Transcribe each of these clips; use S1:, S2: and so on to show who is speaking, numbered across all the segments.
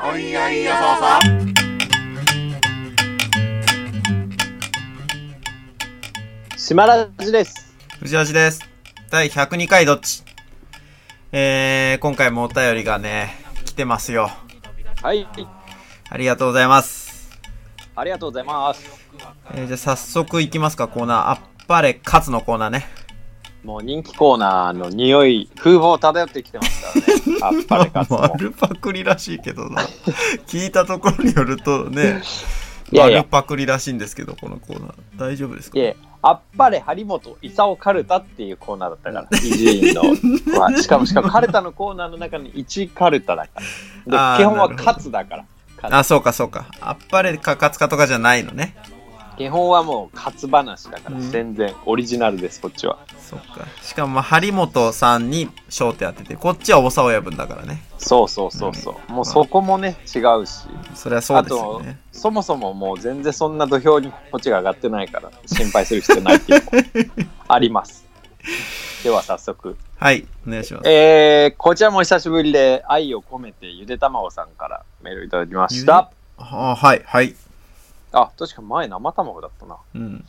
S1: おいおいよさそ
S2: 島ラジです。
S1: 藤橋です。第102回どっちえー、今回もお便りがね、来てますよ。
S2: はい、
S1: ありがとうございます。
S2: ありがとうございます。
S1: えー、じゃあ早速いきますか、コーナー。あっぱれ勝つのコーナーね。
S2: もう人気コーナーの匂い、風貌漂ってきてますから ね。あっぱれかつ
S1: ま
S2: も。
S1: あ丸パクリらしいけどな。 聞いたところによるとね、
S2: いやいや
S1: 丸パクリらしいんですけど、このコーナー。大丈夫ですか
S2: いえ、あっぱれ張本勲カルタっていうコーナーだったから、伊集院の。 まあしかもしかもカルタのコーナーの中に1カルタだから。
S1: あー
S2: で基本は
S1: なるほど
S2: 勝つだから。
S1: あ、そうかそうか。あっぱれか勝つかとかじゃないのね。
S2: 基本はもう勝つ話だから、
S1: うん
S2: 全然オリジナルです、こっちは。
S1: そっか。しかも、まあ、張本さんに焦点当てて、こっちは大沢親分だからね。
S2: そうそうそうそう。もうそこもね、違うし。
S1: それはそうですよ
S2: あ
S1: ね。
S2: そもそももう全然そんな土俵にこっちが上がってないから心配する必要ないっていうのもあり ます。では早速。
S1: はい、お願いします。
S2: えー、こちらも久しぶりで愛を込めてゆでたまごさんからメールいただきました。
S1: あはい、はい。
S2: あ、確か前生卵だったな。
S1: うん。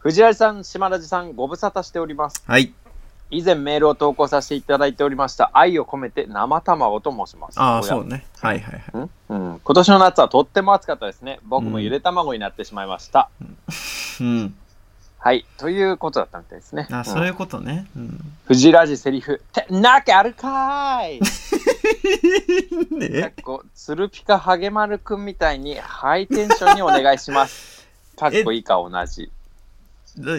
S2: 藤原さん、島田さん、ご無沙汰しております。
S1: はい。
S2: 以前メールを投稿させていただいておりました愛を込めて生卵と申します。
S1: ああ、
S2: おや
S1: そうね。はい、はい、はい。
S2: んうん、今年の夏はとっても暑かったですね。僕もゆで卵になってしまいました。
S1: うん。
S2: はい。ということだったみたいですね。
S1: あそういうことね。 うん。
S2: 藤ラジセリフ、ってなきゃあるかーいかっ
S1: え
S2: こ、鶴ピカハゲマルくんみたいにハイテンションにお願いします。かっこいいか同じ。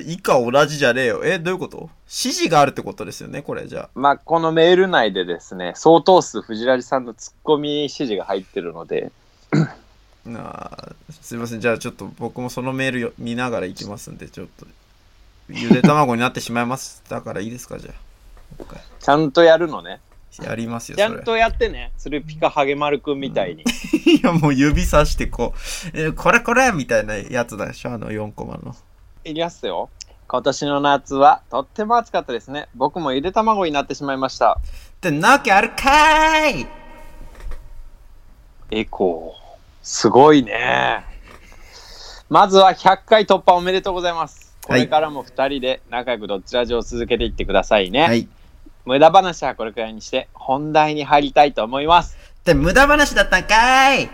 S1: 以下同じじゃねえよ。え、どういうこと指示があるってことですよね、これじゃ
S2: まあ、このメール内でですね、相当数藤ラジさんのツッコミ指示が入ってるので、
S1: あ。なあすいません。じゃあちょっと僕もそのメールよ見ながら行きますんで、ちょっと。ゆで卵になってしまいましたからいいですか、じゃあ。もう
S2: ちゃんとやるのね。
S1: 一回やりますよ、
S2: ちゃ
S1: それ
S2: ん。とやってね、鶴ピカハゲマルくんみたいに。
S1: いや、もう指さしてこう、えこれこれみたいなやつだでしょ、あの4コマの。
S2: いきますよ。今年の夏はとっても暑かったですね。僕もゆで卵になってしまいました。
S1: ってなきゃあるかーい
S2: エコー。すごいね。まずは100回突破おめでとうございます。こ
S1: はい
S2: れからも2人で仲良くどっちらじを続けていってくださいね。
S1: はい。
S2: 無駄話はこれくらいにして本題に入りたいと思います。
S1: って無駄話だったんかーい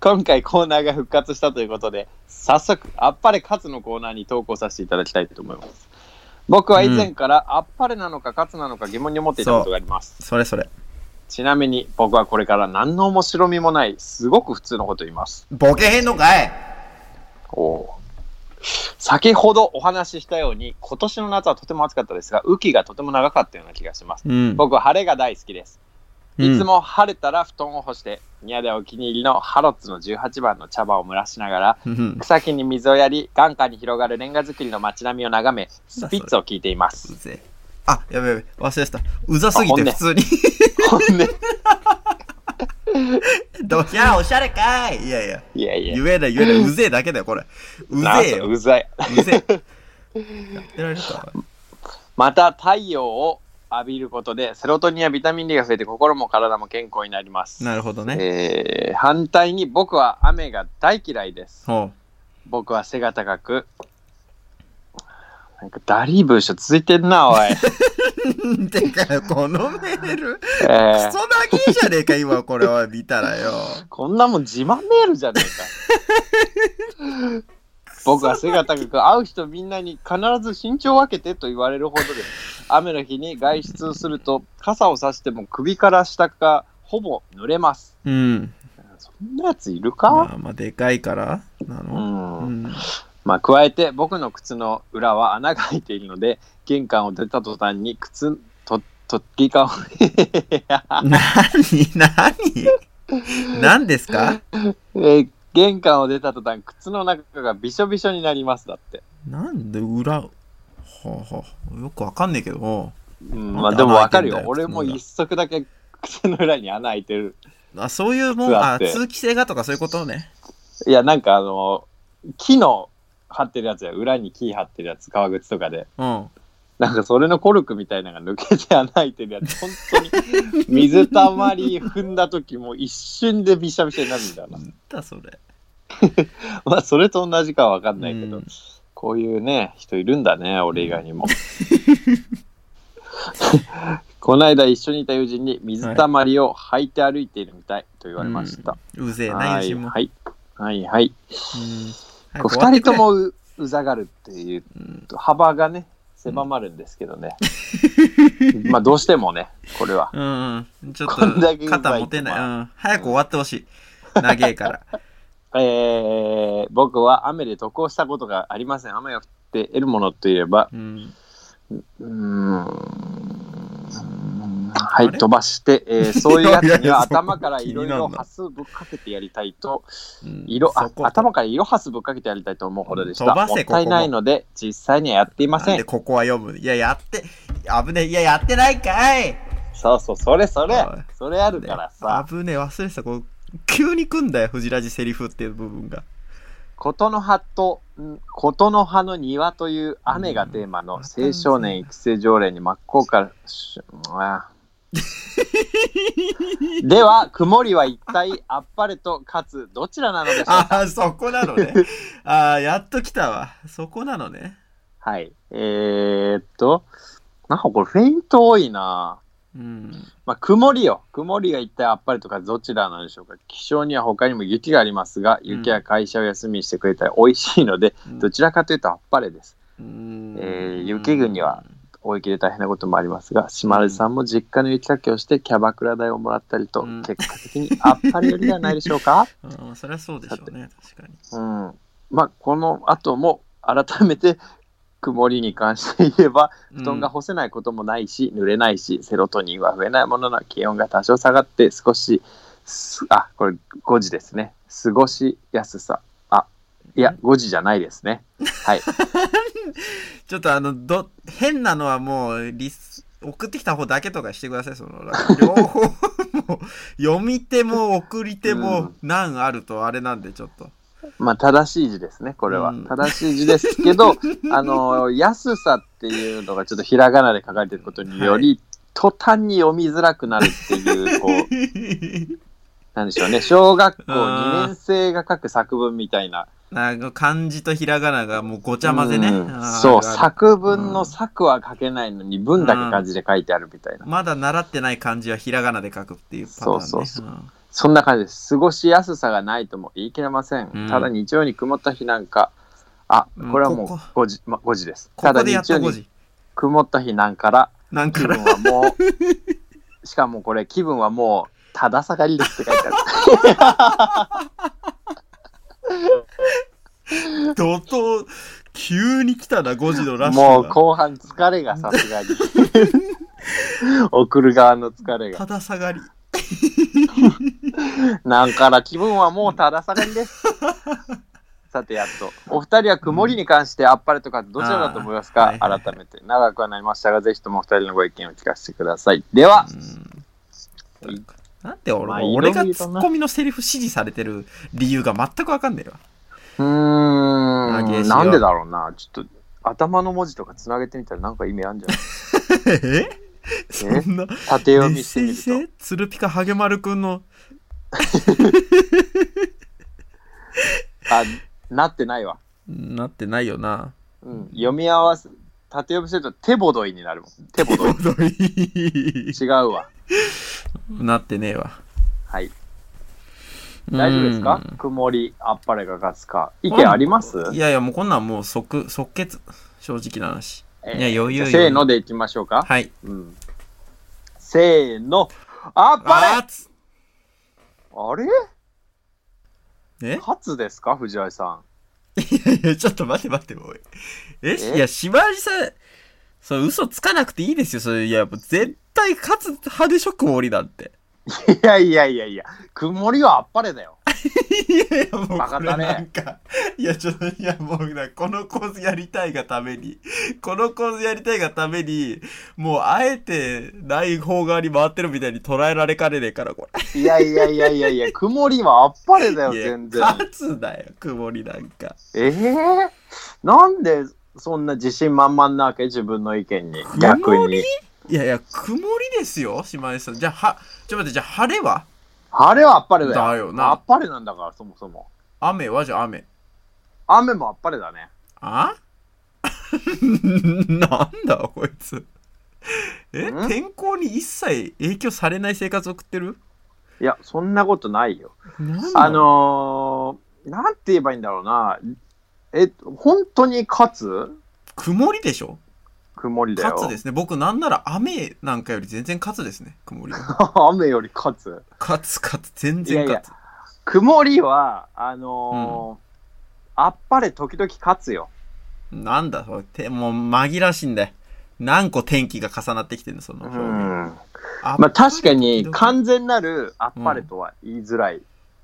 S2: 今回コーナーが復活したということで、早速、あっぱれ勝つのコーナーに投稿させていただきたいと思います。僕は以前から、あっぱれなのか勝つなのか疑問に思っていたことがあります。
S1: それそれ。
S2: ちなみに僕はこれから何の面白みもない、すごく普通のこと言います。
S1: ボケへんのかい
S2: おー先ほどお話ししたように今年の夏はとても暑かったですが雨季がとても長かったような気がします
S1: うん。
S2: 僕は晴れが大好きです
S1: うん
S2: いつも晴れたら布団を干して宮でお気に入りのハロッツの18番の茶葉を蒸らしながら
S1: うん
S2: 草木に水をやり眼下に広がるレンガ造りの街並みを眺めスピッツを聞いていま
S1: う
S2: す
S1: ぜえあ、やべやべ、忘れてた。うざすぎて
S2: あ
S1: 普通 に。
S2: ほんで
S1: どきゃおしゃれかーいいやいや、
S2: いやいや
S1: 言えない言えない。うぜえだけだよ、これ。うぜ
S2: なん
S1: え
S2: す
S1: よ。
S2: うざいう
S1: ぜえ。やってられる か。
S2: また太陽を浴びることでセロトニンやビタミン D が増えて心も体も健康になります
S1: なるほどね。
S2: えー反対に僕は雨が大嫌いです。
S1: ほ
S2: 僕は背が高く。なんかダリーブーショ続いてんな、 おい。
S1: う。 てか、このメール、ク
S2: えー
S1: ソなぎじゃねえか、今これは見たらよ。
S2: こんなもん自慢メールじゃねえ か。僕は背が高く、会う人みんなに必ず身長を分けてと言われるほどです。雨の日に外出すると、傘を差しても首から下がほぼ濡れます。
S1: うん。
S2: そんなやついる
S1: ま
S2: か
S1: あ、まあ、でかいからな
S2: う
S1: の、
S2: ん。
S1: うん、
S2: まあ、加えて僕の靴の裏は穴が開いているので玄関を出た途端に靴と突起が
S1: 何何 何ですか
S2: えー玄関を出た途端靴の中がびしょびしょになりますだって、
S1: なんで裏はあ、はあ、よくわかんねえけど
S2: うん
S1: なん
S2: まあ、
S1: で
S2: でもわかる
S1: 穴
S2: よ
S1: 開い
S2: 俺
S1: てんだよ
S2: も一足だけ靴の裏に穴開いてる
S1: あそういうもん
S2: 靴あ
S1: あ
S2: って
S1: 通気性がとかそういうことね
S2: いやなんかあの木の張ってるやつや裏に木張ってるやつ革靴とかで
S1: うん
S2: なんかそれのコルクみたいなのが抜けて穴開いてるやつ、本当に水たまり踏んだ時もう一瞬でびしゃびしゃになるんだよ
S1: な
S2: な。
S1: んだそれ。
S2: まあそれと同じかはわかんないけど、
S1: うん
S2: こういうね、人いるんだね、俺以外にも。 この間一緒にいた友人に水たまりを履いて歩いているみたいと言われました。
S1: うぜえな、
S2: はい、
S1: 友人も。
S2: はい。はい、はい。
S1: うん
S2: こう二人と。もううざがるっていう
S1: 早く終わってくれうん
S2: と幅がね、狭まるんですけど ね。まあどうしてもね、これは。
S1: うんうん。ちょっ
S2: こんだけ
S1: と
S2: うまいと
S1: 肩持てない。
S2: ま
S1: うん。早く終わってほしい。長えから。
S2: えー、僕は雨で渡航したことがありません。雨が降って得るものといえば、
S1: うん。
S2: うーんは
S1: あ
S2: い、
S1: れ
S2: 飛ば して、えーそういうやつ
S1: いやい
S2: に
S1: や
S2: は
S1: そんな
S2: 頭からいろいろハスぶっかけてやりたいと、
S1: うん
S2: 色あ
S1: そこ
S2: 頭から色ハスぶっかけてやりたいと思うほどでした。
S1: 飛
S2: も
S1: ば
S2: っ
S1: せ
S2: たいないので、実際にはやっていま
S1: な
S2: せ
S1: んで
S2: ん。
S1: ここは読む。いや、やって、危ねえ。いや、やってないかい。
S2: そうそう、それそれ
S1: おい、
S2: それあるからさ、
S1: 危ねえ、忘れてた。こう急に来んだよ、藤ラジセリフっていう部 分が。
S2: 琴の葉と、ん琴の葉の庭という雨がテーマの青少年育成条例に真っ向から、しうわでは、曇りは一体あっぱれと勝つ、どちらなのでしょうか
S1: ああ、そこなのね。ああ、やっと来たわ。そこなのね。
S2: はい。えー、っと、なんかこれフェイント多いな
S1: うん。
S2: まあ、曇りよ。曇りが一体あっぱれとかどちらなんでしょうか。気象には他にも雪がありますが、雪は会社を休みにしてくれたら美味しいので、どちらかというとあっぱれです。
S1: うん
S2: えー雪国は。大雪で大変なこともありますが、島根さんも実家の雪かきをしてキャバクラ代をもらったりと、
S1: うん
S2: 結果的にあっぱれよりではないでしょう か。
S1: うんうん、そりゃそうでしょうね、確かに。
S2: うん。まあ、この後も改めて曇りに関して言えば、布団が干せないこともないし、濡れないし、セロトニンは増えないものの気温が多少下がって少し、すあ、これ5時ですね。過ごしやすさ。あ、いや、5時じゃないですね。はい。
S1: ちょっとあの、ど、変なのはもう、リス、送ってきた方だけとかしてください、その、 両方もう、読み手も送り手
S2: う
S1: も
S2: ん
S1: 難あるとあれなんで、ちょっと。
S2: まあ、正しい字ですね、これは。
S1: うん
S2: 正しい字ですけ ど、あの、安さっていうのがちょっとひらがなで書かれてることにより、途端に読みづらくなるっていう、こう、なんでしょうね、小学校2年生が書く作文みたいな、
S1: なんか漢字とひらがながもうごちゃ混ぜね。
S2: うん
S1: あー
S2: そう、
S1: ある
S2: 作文の作は書けないのに文だけ漢字で書いてあるみたいな。
S1: まだ習ってない漢字はひらがなで書くっていうパターン、ね。
S2: そうそうそ
S1: ん
S2: そんな感じです。過ごしやすさがないとも言い切れません。
S1: うん
S2: ただ日曜に曇った日なんか、あ、これはもう
S1: ここ
S2: 5時、ま、5時です。
S1: こ
S2: た
S1: こ
S2: だ
S1: で
S2: 日
S1: やっと
S2: 曜
S1: 5
S2: に
S1: 時。
S2: 曇った日なんから、
S1: なんか
S2: 気
S1: ら
S2: 分はも う、しかもこれ気分はもう、ただ下がりですって書いてある。
S1: 怒涛、急に来たな、5時のラッシュ
S2: もう
S1: が。
S2: 後半疲れがさす がに。送る側の疲れが。
S1: ただ下がり。
S2: なんから気分はもうただ下がり です。さてやっと。お二人は曇りに関してあっぱれとかどちらだと思います
S1: うんあ
S2: か
S1: ー、はいはいはい
S2: 改めて。長くはなりましたが、ぜひともお二人のご意見を聞かせてください。では、
S1: うんなんで俺,、
S2: まあ
S1: 俺が
S2: いろい
S1: ツ
S2: ろ
S1: ッ
S2: な
S1: コミのセリフ指示されてる理由が全くわかんねえわ。
S2: うー
S1: 投げ石
S2: ん、
S1: よ
S2: なんでだろうな。ちょっと頭の文字とかつなげてみたらなんか意味あるんじゃない
S1: え そんな、
S2: 縦読
S1: メッ
S2: みして
S1: セ
S2: み
S1: ー
S2: る
S1: ジ性鶴ピカハゲマルくんの、
S2: と。あ、なってないわ。
S1: なってないよな。
S2: うん、読み合わせ、縦読みすると手ボドイになるもん。手ボド イ。違うわ。
S1: なってねえわ。
S2: はい。大丈夫ですか
S1: うん
S2: 曇り、あっぱれが勝つか。意見あります
S1: いやいや、もうこんなんもう即、即決。正直な話。
S2: え
S1: いや、余
S2: じゃ
S1: 裕
S2: あせーのでいきましょうか。
S1: はい。
S2: うん、せーの。あっぱれ
S1: あ
S2: あ
S1: ーつ
S2: れ
S1: え
S2: 勝つですか藤井さん。
S1: いやいや、ちょっと待って待って、おい。え、
S2: え
S1: いや、島地さん、それ嘘つかなくていいですよ。それ、いや、もう絶対勝つ派でしょ、曇りなんて。
S2: い やいやいやいや、曇りはあっぱれだよ。
S1: いやいや、もう
S2: バ
S1: こ
S2: カ
S1: れ
S2: だね
S1: なんか、いや、ちょっと、いや、もうな、この構図やりたいがために、この構図やりたいがために、もう、あえて、ない方側に回ってるみたいに捉えられかねねえから、これ。
S2: いやいやいやいやい や、曇りはあっぱれだよ、
S1: いや
S2: 全然。
S1: 勝つだよ、曇りなんか。
S2: ええなんでそんな自信満々なわけ自分の意見に。逆
S1: 曇り
S2: に。
S1: いやいや、曇りですよ、島根さん。じゃあ、は、ちょっと待って、じゃあ、晴れは
S2: 晴れはあっぱれだよ。
S1: だよ
S2: あ
S1: な
S2: っ。ぱれなんだから、そもそも。
S1: 雨はじゃあ雨。
S2: 雨もあっぱれだね。
S1: あ なんだこいつ。え
S2: ん
S1: 天候に一切影響されない生活を送ってる
S2: いや、そんなことないよ。
S1: なんだ
S2: あのー、なんて言えばいいんだろうな。え、本当に勝つ
S1: 曇りでしょ
S2: 曇りだよ。
S1: 勝つですね。僕なんなら雨なんかより全然勝つですね。曇りは。
S2: 雨より勝つ。
S1: 勝つ勝つ。全然勝つ。
S2: 曇りは、あのーあっぱれ時々勝つよ。
S1: なんだそれてもう紛らわしいんだよ。何個天気が重なってきてるのその
S2: う
S1: 表現。
S2: ん。
S1: あ
S2: まあ確かに
S1: 時々
S2: 完全なるあっぱれとは言いづらい。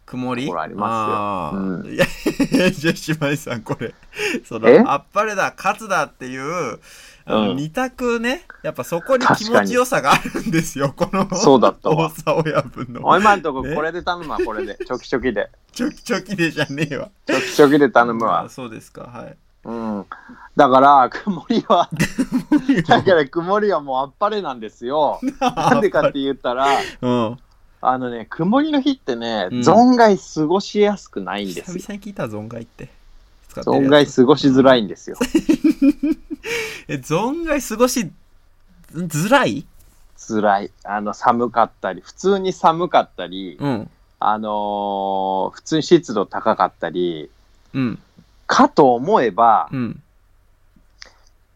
S1: 曇り
S2: ところありますよ
S1: あー
S2: う
S1: いや、 じゃあ姉妹さん、これ、その
S2: え、
S1: あっぱれだ、勝つだっていう、あの
S2: うん
S1: 二択ね、やっぱそこに気
S2: 確か
S1: 持
S2: に
S1: ちよさがあるんですよ、この、
S2: そうだったわ
S1: 大沢親分の。
S2: おい今んとこ
S1: ね
S2: これで頼むわ、こ れで。ちょきちょきで。
S1: チョキチョキでじゃねえわ。
S2: ちょきちょきで頼む
S1: あ
S2: わ。
S1: そうですか、はい。
S2: うん。だから、曇りは、だから曇りはもうあっぱれなんです よ。 なんでかって言ったら、
S1: うん。
S2: あのね、曇りの日ってね、
S1: うん
S2: 存外過ごしやすくないん
S1: 久
S2: ですよ。
S1: 々に聞いたわ存外って。使ってる
S2: 存
S1: やつ
S2: 外過ごしづらいんですよ。
S1: え、存外過ごしづらい
S2: 辛い。あの、寒かったり、普通に寒かったり、
S1: うん。
S2: あのー普通に湿度高かったり、
S1: うん。
S2: かと思えば、
S1: うん。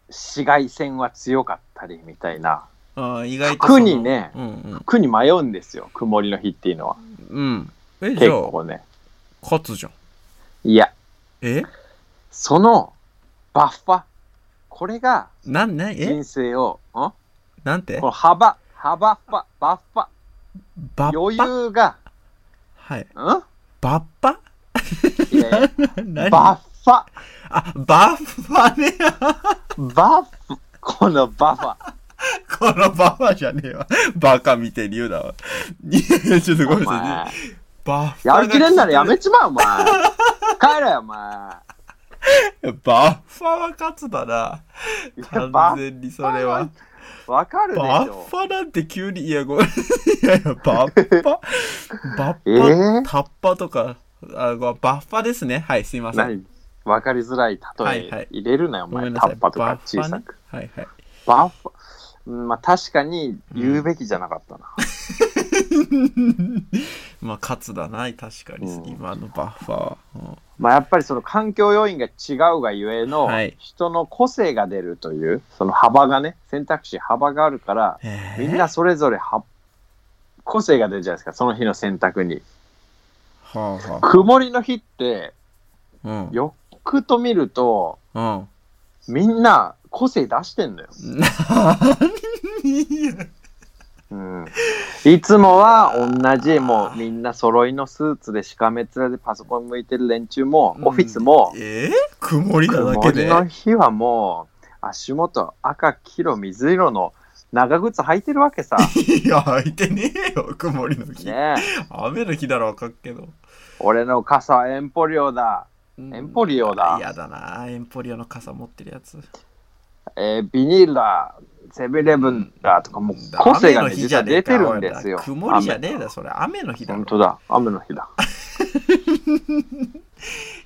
S2: 紫外線は強かったりみたいな、
S1: ああ、意外とその。
S2: 服にね
S1: うんうん。
S2: 服に迷うんですよ、曇りの日っていうのは。
S1: うん。え、じ
S2: 結
S1: ゃあ、
S2: 構ね。
S1: 勝つじゃん。
S2: いや、
S1: え
S2: そのバッファ、これが
S1: なん、なん、え
S2: 人生を、んこ
S1: なんて
S2: の幅、幅ファ、バッファ、
S1: バッパ
S2: 余裕が、
S1: はい。
S2: ん
S1: バッパ
S2: いやいや
S1: 何
S2: バッファ、
S1: あ、バッファね。
S2: バッフ、このバッファ。
S1: このバッファじゃねえわ。 バカみてえに言うなわ。 いやちょっとごめんな
S2: お前
S1: さい。バッファが
S2: やる気ねえんならやめちまえ、お前。帰れよ、お前。
S1: バッファは勝つだな。
S2: いや
S1: 完
S2: ば
S1: 全にそれは。
S2: わかるでし
S1: バッ
S2: ょ
S1: フ。ァなんて急に、いや、ごめん。いや いや、 バッファ。バ
S2: え
S1: ッフ
S2: ー
S1: ァ、タッパとか、あごめんバッファですね。はい、すいません。
S2: 何わかりづらい
S1: はいは
S2: 例え
S1: い
S2: 入れるなよ、
S1: ご
S2: お
S1: め
S2: 前。
S1: ん
S2: タ
S1: なさい。
S2: ッパとか小
S1: バッファ
S2: さ
S1: ね
S2: く。
S1: はいはい。
S2: バッファ、うんまあ確かに言うべきじゃなかったな。
S1: まあ、勝つだな、確かに、
S2: うん
S1: 今のバッファは。うん
S2: まあやっぱりその環境要因が違うがゆえの
S1: はい、
S2: 人の個性が出るという、その幅がね、選択肢幅があるから、
S1: え
S2: み
S1: ー
S2: んなそれぞれは個性が出るじゃないですか、その日の選択に。
S1: はあは
S2: 曇りの日って、
S1: あ。うん。
S2: よくと見ると、
S1: うん。
S2: みんな個性出してんだよ。
S1: 何
S2: うん、いつもは同じ、もうみんな揃いのスーツでしかめ面でパソコン向いてる連中も、オフィスも、
S1: えー、曇りなだ
S2: 曇
S1: けで
S2: りの日はもう足元赤、黄色、水色の長靴履いてるわ けさ。
S1: いや、空いてねえよ、曇りの日。
S2: ねえ
S1: 雨の日ならわかっけど。
S2: 俺の傘はエンポリオだ。エンポリオだ
S1: 嫌だな、エンポリオの傘持ってるやつ。
S2: えービニールだ。セブンイレブンだとか、もう
S1: だ
S2: 個性が、ね、
S1: 雨の日
S2: 実
S1: じゃ
S2: は
S1: ねえ
S2: 出
S1: か
S2: てるんですよ。
S1: おい曇りじゃねえだ、
S2: 雨
S1: それ。雨の日だろ
S2: 本。当だ、雨の日だ。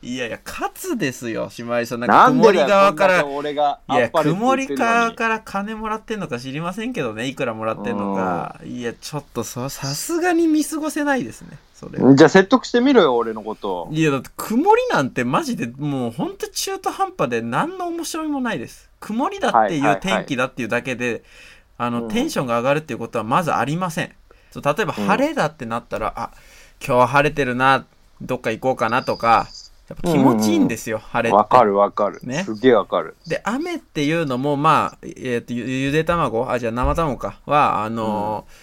S1: いやいや、勝つですよ、姉妹さん。なんか
S2: なん
S1: 曇
S2: で
S1: り
S2: だよ
S1: 側から
S2: こんな。に俺が
S1: い
S2: あ
S1: や、
S2: っぱれって言
S1: 曇
S2: ってんのに
S1: り側から金もらってんのか知りませんけどね、いくらもらってんのか。いや、ちょっとそさすがに見過ごせないですね、それは。
S2: じゃあ説得してみろよ、俺のことを。
S1: いや、だって曇りなんてマジでもうほんと中途半端で何の面白みもないです。曇りだってい
S2: はいはいうはい
S1: 天気だっていうだけで、あ
S2: う
S1: の、
S2: ん
S1: テンションが上がるっていうことはまずありません。そう例えば
S2: うん
S1: 晴れだってなったら、あ、今日は晴れてるな、どっか行こうかなとか、やっぱ気持ちいいんですよ、晴れって。
S2: わかるわかる。
S1: ね
S2: すげえわかる。
S1: で、雨っていうのも、まあ、えっ、と、ゆゆで卵あ、じゃあ生卵か。は、あのー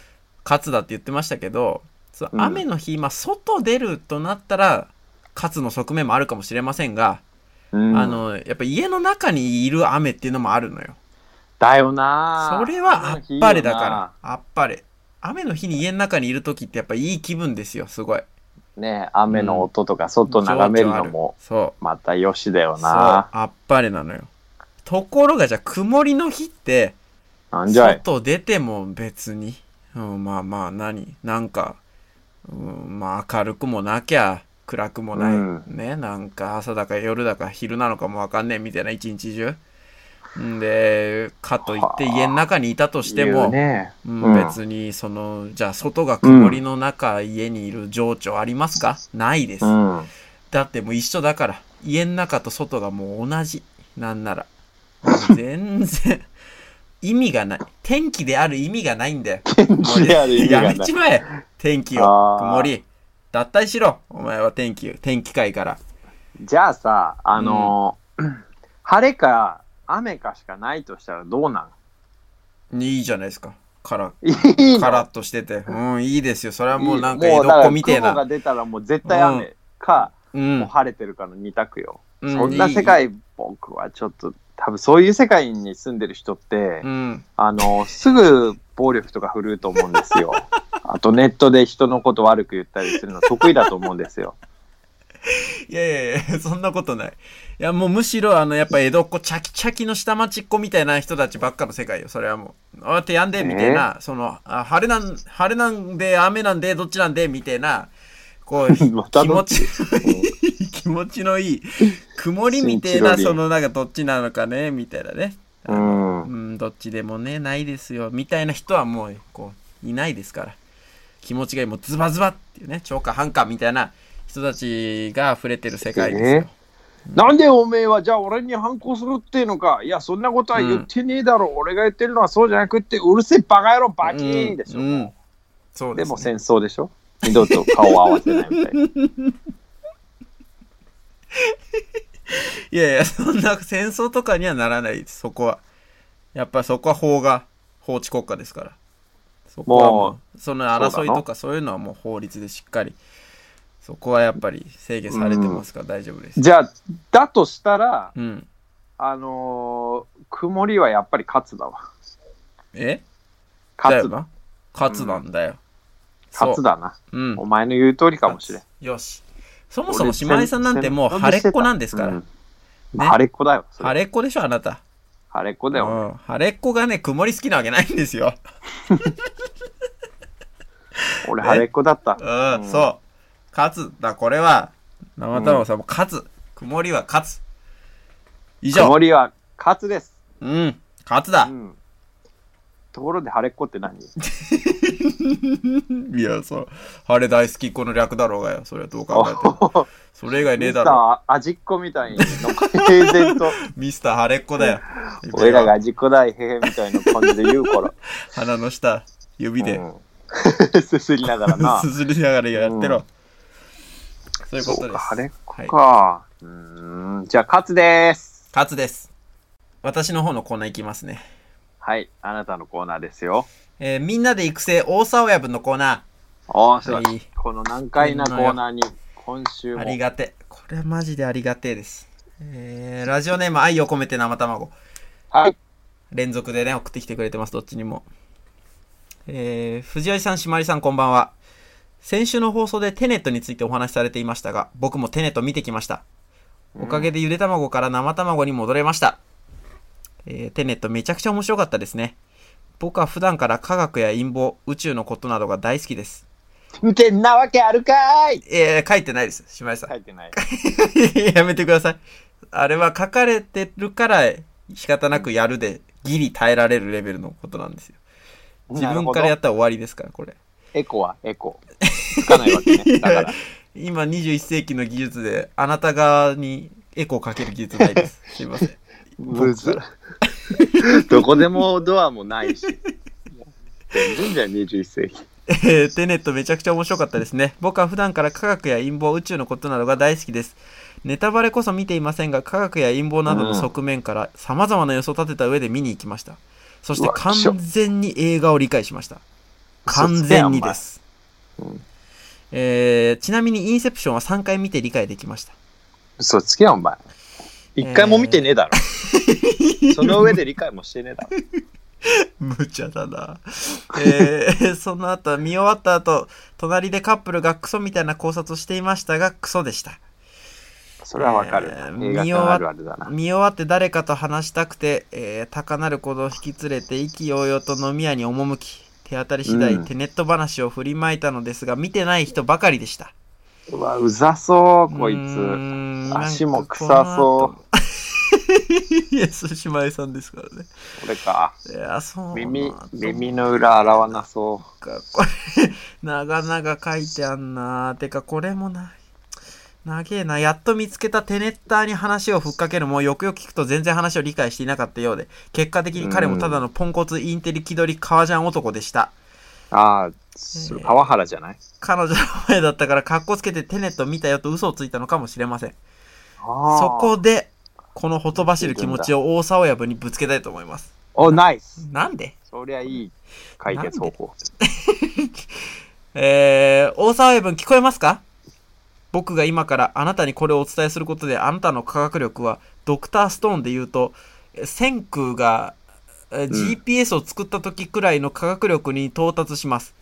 S1: カツだって言ってましたけど、そう
S2: うん
S1: 雨の日、まあ、外出るとなったら、カツの側面もあるかもしれませんが、
S2: うん、
S1: あの、やっぱ家の中にいる雨っていうのもあるのよ。
S2: だよな
S1: それはあっぱれだから。あっぱれ。雨の日に家の中にいる時ってやっぱいい気分ですよ、すごい。
S2: ら。ね雨の音とか外眺めるの
S1: 情緒あ
S2: も
S1: る、そう。
S2: またよしだよ
S1: そう。
S2: な
S1: あっぱれなのよ。ところがじゃあ曇りの日って、
S2: なんじゃい。
S1: 外出ても別に、うん、まあまあ何、なんか、うん、まあ明るくもなきゃ、暗くもない、
S2: うん
S1: ね、なんか朝だか夜だか昼なのかもわかんねえみたいな一日中。んで、かといって家の中にいたとして
S2: 言
S1: も、
S2: うね。
S1: うん
S2: うん
S1: 別にそのじゃあ外が曇りの中、家にいる情緒ありますかないです、
S2: うん。うん。
S1: だ ってもう一緒だから家の中と外がもう同じなんなら全然意味がない天気である意味がないんだよ
S2: である意味
S1: や
S2: が
S1: め
S2: な
S1: ち
S2: い。
S1: まえ天気を
S2: あー
S1: 曇り脱退しろお前は天気天気界から
S2: じゃあさ、あのー晴れか雨かしかないとしたらどうない
S1: いじゃないですかから
S2: のいい
S1: カ
S2: の
S1: ラッとしててうんいいですよそれはもうなんか
S2: いい
S1: 江
S2: もう
S1: 戸
S2: だ
S1: っ
S2: ら
S1: 子みてえ
S2: 雲が
S1: な
S2: 出たらもう絶対雨か、
S1: う
S2: もうん晴れてるかの二択よ。
S1: う
S2: そんな世界、僕はちょっと、多分そういう世界に住んでる人って、
S1: うん
S2: あの、すぐ暴力とか振るうと思うんですよ。あとネットで人のこと悪く言ったりするの得意だと思うんですよ。
S1: いやいやいや、 そんなことない。いや、もうむしろ、あの、やっぱ江戸っ子、チャキチャキの下町っ子みたいな人たちばっかの世界よ、それはもう。あってやんで、みたいな、そのあ、晴れなん、晴れなんで、雨なんで、どっちなんで、みたいな、こう、
S2: また
S1: 気持
S2: の
S1: ちのいい、 気持ちのいい、曇りみたい
S2: シン
S1: な、
S2: チロリン
S1: その、なんかどっちなのかね、みたいなね。
S2: う。
S1: うんん、どっちでもね、ないですよ、みたいな人はもう、こう、いないですから。気持ちがもうズバズバっていうね、超過半過みたいな人たちが溢れてる世界ですよ。
S2: ねなんでおめえはじゃあ俺に反抗するっていうのかいやそんなことは言ってねえだろ、俺が言ってるのはそうじゃなくってうるせえバカ野郎バキーンでしょ、
S1: うんうんそう
S2: で
S1: です、ね。
S2: も戦争でしょ二度と顔を合わせないみたい な
S1: いやいや、そんな戦争とかにはならないです、そこは。やっぱそこは法が、法治国家ですから。そこはもう、
S2: も
S1: その争いとかそういうのはもう法律でしっかり、そこはやっぱり制限されてますから大丈夫です。
S2: じゃあだとしたら
S1: うん。
S2: あのー曇りはやっぱり勝つだわ
S1: えだ
S2: 勝
S1: よ
S2: つ
S1: な。勝つなんだよ。
S2: 勝つ
S1: だ。
S2: だな
S1: うん。
S2: お前の言う通りかもしれん
S1: よし。そもそも島井さんなんてもう
S2: 俺
S1: 晴れっ子なんですから。
S2: うん
S1: ね
S2: 晴れっ子だよそれ
S1: 晴れっ子でしょ、あなた。
S2: 晴れっ子だよ、
S1: うん、晴れっ子がね、曇り好きなわけないんですよ。
S2: 俺晴れっ子だった
S1: うん、
S2: うん
S1: そう。勝つ。だ、これは、生卵さんも勝つ。曇りは勝つ。以上
S2: 曇。りは勝つです、
S1: うん、勝つだ
S2: う。ん、ところで晴れっ子って何
S1: いや、そう。晴れ大好きっ子の略だろうがよ。それはどう考えても。それ以外ねえ
S2: ミス
S1: だ
S2: タ
S1: ろ。
S2: ー味っ子みたいになんか平然 と
S1: ミスター晴れっ子だよ。
S2: 俺らが味っ子だいへへみたいな感じで言うから
S1: 鼻の下、指で、
S2: うん すすりながらな
S1: すすりながらやってろ。
S2: う
S1: そういうこ
S2: そ
S1: と
S2: う
S1: で
S2: か
S1: す。
S2: 晴れっ子
S1: はい
S2: か、うーんじゃあ勝つです
S1: 勝つです。私の方のコーナーいきますね。
S2: はいあなたのコーナーですよ
S1: えーみんなで育成大沢親分のコーナ
S2: おーす
S1: ー。
S2: ご
S1: はいい。
S2: この難解なコーナーに今週
S1: あ
S2: も
S1: りがて。これはマジでありがてえです。えー、ラジオネーム愛を込めて生卵。
S2: はい
S1: 連続でね、送ってきてくれてます、どっちにも。えー、藤井さん、しまりさん、こんばんは。先週の放送でテネットについてお話しされていましたが、僕もテネット見てきました。おかげでゆで卵から生卵に戻れました。えー、テネットめちゃくちゃ面白かったですね。僕は普段から科学や陰謀、宇宙のことなどが大好きです。
S2: 見てんなわけあるかーい
S1: えー、書いてないです、しまりさん
S2: 書。いてない
S1: やめてください。あれは書かれてるから仕方なくやるでギリ耐えられるレベルのことなんですよ。自分からや
S2: っ
S1: ったら終わりですから、これ。
S2: エコはエコつかないわけねだから
S1: 今21世紀の技術であなた側にエコーかける技術ない です。すいません。
S2: むず どこでもドアもないし。全然じゃん21世紀。
S1: えーテネットめちゃくちゃ面白かったですね。僕は普段から科学や陰謀、宇宙のことなどが大好きです。ネタバレこそ見ていませんが、科学や陰謀などの側面から様々な予想を立てた上で見に行きました。そして
S2: うわ
S1: 完全に映画を理解しました。完全にです。
S2: うん
S1: えーちなみにインセプションは3回見て理解できました。
S2: 嘘つけよ、お前。一回も見てねえだろ。 その上で理解もしてねえだろ。
S1: 無茶だな。え ーその後、見終わった後、隣でカップルがクソみたいな考察をしていましたが、クソでした。
S2: それはわかる
S1: え
S2: な。
S1: ー
S2: 映画
S1: 見
S2: 館
S1: 終わっ
S2: あるあるだな。
S1: 見終わって誰かと話したくて、えー高なる子を引き連れて意気揚々と飲み屋に赴き手当たり次第、
S2: うん
S1: テネット話を振りまいたのですが見てない人ばかりでした
S2: うわ、うざそう、こいうつ。
S1: ーん
S2: 足も臭そう
S1: いやそれ姉妹さんですからね
S2: これか。
S1: いやそう
S2: 耳
S1: な、と
S2: 耳の裏洗わなそ
S1: かこれ 長々書いてあんなてかこれもない長えなやっと見つけたテネッターに話をふっかけるもよくよく聞くと全然話を理解していなかったようで結果的に彼もただのポンコツインテリ気取り革ジャン男でした
S2: う。ああ、それ
S1: えー
S2: パワハラじゃない
S1: 彼女の前だったから格好つけてテネット見たよと嘘をついたのかもしれませんそこでこのほとばしる気持ちを大沢親分にぶつけたいと思います
S2: お、ナイス
S1: なんで
S2: そりゃいい解決方法。
S1: えー、大沢英文聞こえますか僕が今からあなたにこれをお伝えすることであなたの科学力はドクターストーンで言うとえ千空がえ
S2: ん
S1: GPS を作った時くらいの科学力に到達します。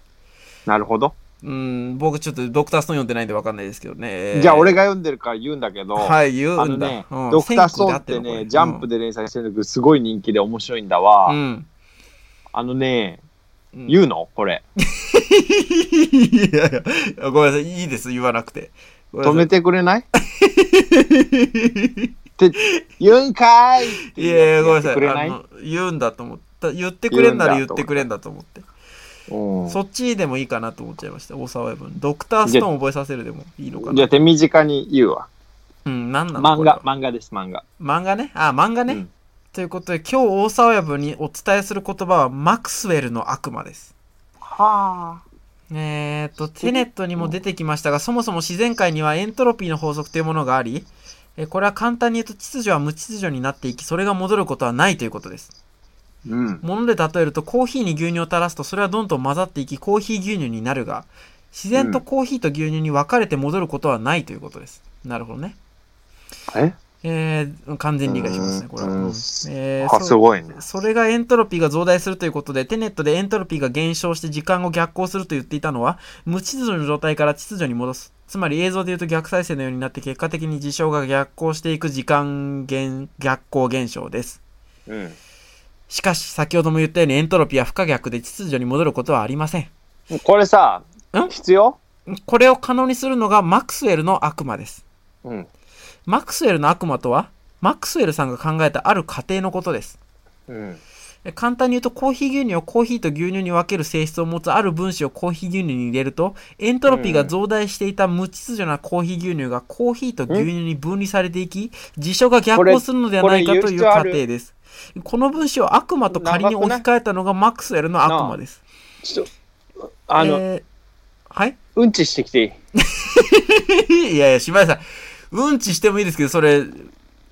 S2: なるほど。
S1: うん、僕ちょっとドクターストーン読んでないんでわかんないですけどね。
S2: じゃあ俺が
S1: が。
S2: 読んでるから言うんだけど、
S1: はい、言
S2: あ
S1: う
S2: の
S1: んだ。
S2: ね、
S1: うん
S2: ドクターストーンって
S1: 千空で合るのこ
S2: ね、
S1: れ
S2: ジャンプで連載してるんだけど、すごい人気で面白いんだわ。
S1: うん。
S2: あのね、
S1: うん
S2: 言うのこれ。
S1: いやいや、ごめんなさい、いいです、言わなくて。
S2: 止
S1: 止
S2: めてくれない って言うんかーいって
S1: いやいや、ごめ
S2: 言
S1: んなさ
S2: っ
S1: い。
S2: てくれない
S1: あの言うんだと思った。言ってくれんなら
S2: 言う
S1: 言
S2: ん
S1: っ
S2: だ
S1: てくれんだと思って。
S2: うん
S1: そっちでもいいかなと思っちゃいました、大沢文。ドクターストーン覚えさせるでもいいのか
S2: じゃ
S1: な
S2: あ。手短に言うわ。
S1: うん、なんなの
S2: 漫
S1: これは
S2: 画、漫画です、漫画。
S1: 漫画ね。あ、漫画ね。
S2: うん
S1: ということで、今日大沢親分にお伝えする言葉は、マクスウェルの悪魔です。
S2: はあ。
S1: えー、とテネットにも出てきましたがそもそも自然界にはエントロピーの法則というものがありえーこれは簡単に言うと秩序は無秩序になっていきそれが戻ることはないということです
S2: うん。
S1: もので例えるとコーヒーに牛乳を垂らすとそれはどんどん混ざっていきコーヒー牛乳になるが自然とコーヒーと牛乳に分かれて戻ることはないということですなるほどね
S2: え
S1: えー完全に理解しますね
S2: うん
S1: これは、
S2: うん
S1: えー
S2: あ、
S1: そう
S2: すごいね。
S1: それがエントロピーが増大するということで、テネットでエントロピーが減少して時間を逆行すると言っていたのは、無秩序の状態から秩序に戻す。つまり映像で言うと逆再生のようになって結果的に事象が逆行していく時間減逆行現象です。
S2: うん。
S1: しかし、先ほども言ったようにエントロピーは不可逆で秩序に戻ることはありません。
S2: これさ
S1: ん、
S2: 必要
S1: これを可能にするのがマクスウェルの悪魔です。
S2: うん。
S1: マクスウェルの悪魔とは、マクスウェルさんが考えたある過程のことです。
S2: うん。
S1: え簡単に言うとコーヒー牛乳をコーヒーと牛乳に分ける性質を持つある分子をコーヒー牛乳に入れるとエントロピーが増大していた無秩序なコーヒー牛乳がコーヒーと牛乳に分離されていき事象が逆行するのではないか
S2: これ
S1: という
S2: これ言う必要
S1: 過
S2: ある
S1: 程ですこの分子を悪魔と仮に置き換えたのがマックスウェルの悪魔です
S2: ちょっと、あの、
S1: えーはい
S2: うんちしてきていい。
S1: いやいや柴井さんうんちしてもいいですけどそれ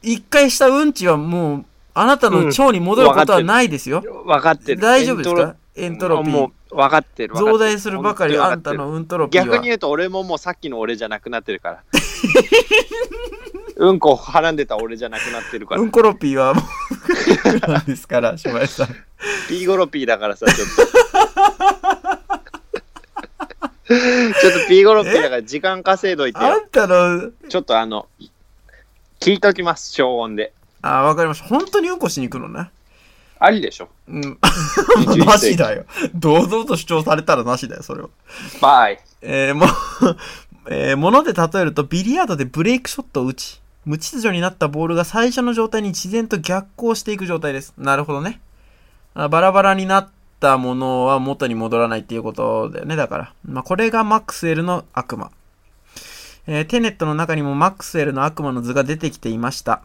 S1: 一回したうんちはもうあなたの腸に戻ることはないですよ、
S2: 分かってる。
S1: 大丈夫ですかエ
S2: エ
S1: ン
S2: ン
S1: ト
S2: ト
S1: ロ
S2: ロ
S1: ピ
S2: ピ
S1: ー
S2: ーもう分かってる。分かってる
S1: 増大するばかりあんた。のうんとろピーは
S2: 逆に言うと俺ももうさっきの俺じゃなくなってるから。 うんこはらんでた俺じゃなくなってるから。
S1: うんころピーはもう なんですから島井さん
S2: ピーゴロピーだからさ、ちょっ と。ちょっとピーゴロピーだから時間稼いどいて
S1: あ
S2: よ。
S1: んたの
S2: ちょっとあの、聞いときます、消音で。
S1: あわかりました本当にうんこしに行くのね
S2: ありでしょ。
S1: うん
S2: 21
S1: なしだよ堂々と主張されたらなしだよそれは
S2: バイ。
S1: えー、もう えー、もので例えるとビリヤードでブレイクショットを打ち無秩序になったボールが最初の状態に自然と逆行していく状態ですなるほどねあバラバラになったものは元に戻らないっていうことだよねだから、まあ、これがマックスウェルの悪魔えーテネットの中にもマックスウェルの悪魔の図が出てきていました。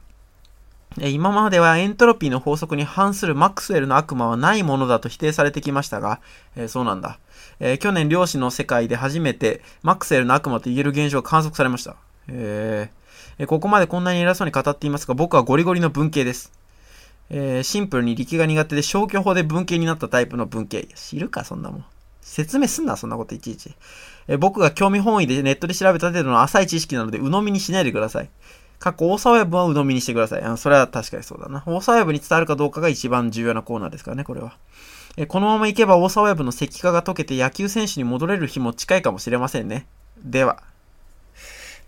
S1: えー今まではエントロピーの法則に反するマックスウェルの悪魔はないものだと否定されてきましたが、えーそうなんだ。えー去年、量子の世界で初めてマックスウェルの悪魔と言える現象が観測されました。えーえーここまでこんなに偉そうに語っていますが、僕はゴリゴリの文系です。えーシンプルに力が苦手で消去法で文系になったタイプの文系。知るか、そんなもん。説明すんな、そんなこといちいち。えー僕が興味本位でネットで調べた程度の浅い知識なので鵜呑みにしないでください。過去、大沢親分は鵜呑みにしてください。あそれは確かにそうだな。大沢親分に伝わるかどうかが一番重要なコーナーですからね、これは。えーこのままいけば大沢親分の石化が解けて野球選手に戻れる日も近いかもしれませんね。では。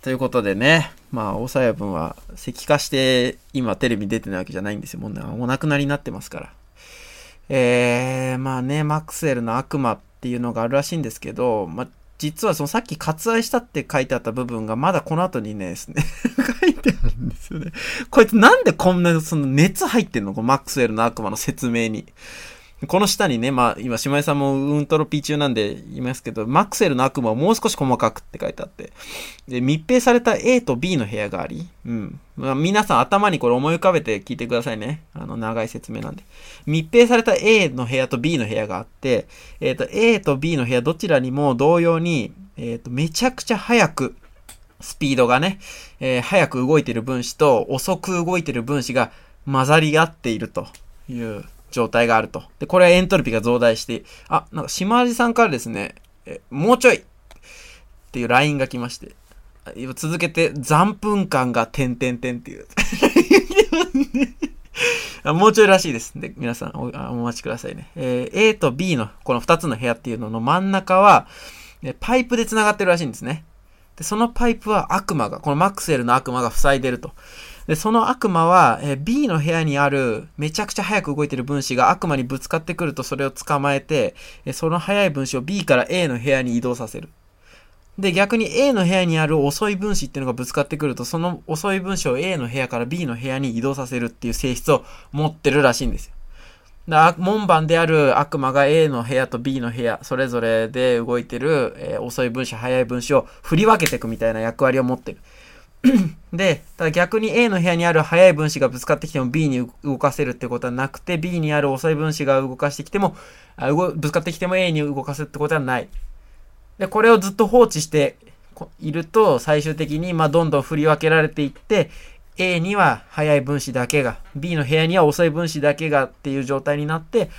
S1: ということでね、まあ、大沢君は、石化して、今テレビ出てないわけじゃないんですよ。もうなお亡くなりになってますから。えー、まあね、マクセルの悪魔っていうのがあるらしいんですけど、まあ、実はそのさっき割愛したって書いてあった部分がまだこの後にね、 ですね、書いてあるんですよね。こいつなんでこんなその熱入ってんのこのマックスウェルの悪魔の説明に。この下にね、まあ今、島井さんもウントロピー中なんで言いますけど、マックスウェルの悪魔はもう少し細かくって書いてあって。で、密閉された A と B の部屋があり、うん。まあ皆さん頭にこれ思い浮かべて聞いてくださいね。あの長い説明なんで。密閉された A の部屋と B の部屋があって、えっ、と、A と B の部屋どちらにも同様に、えっ、と、めちゃくちゃ早く、スピードがね、えー早く動いてる分子と遅く動いてる分子が混ざり合っているという状態があると。で、これはエントロピーが増大して、あ、なんか島地さんからですね、えもうちょいっていう LINE が来まして、あ今続けて、残分間が点々点っていう。あもうちょいらしいです。で、皆さんおあお待ちくださいね。えー A と B のこの2つの部屋っていうのの真ん中は、えパイプで繋がってるらしいんですね。で、そのパイプは悪魔が、このマックスウェルの悪魔が塞いでると。で、その悪魔は、えー B の部屋にある、めちゃくちゃ早く動いてる分子が悪魔にぶつかってくるとそれを捕まえて、えーその速い分子を B から A の部屋に移動させる。で、逆に A の部屋にある遅い分子っていうのがぶつかってくると、その遅い分子を A の部屋から B の部屋に移動させるっていう性質を持ってるらしいんですよ。だ門番である悪魔が A の部屋と B の部屋、それぞれで動いてる、えー遅い分子、速い分子を振り分けていくみたいな役割を持ってる。 で、ただ逆に A の部屋にある速い分子がぶつかってきても B に動かせるってことはなくて、B にある遅い分子が動かしてきても、あ動ぶつかってきても A に動かせるってことはない。で、これをずっと放置してこいると、最終的に、まあ、どんどん振り分けられていって、A には速い分子だけが、B の部屋には遅い分子だけがっていう状態になって、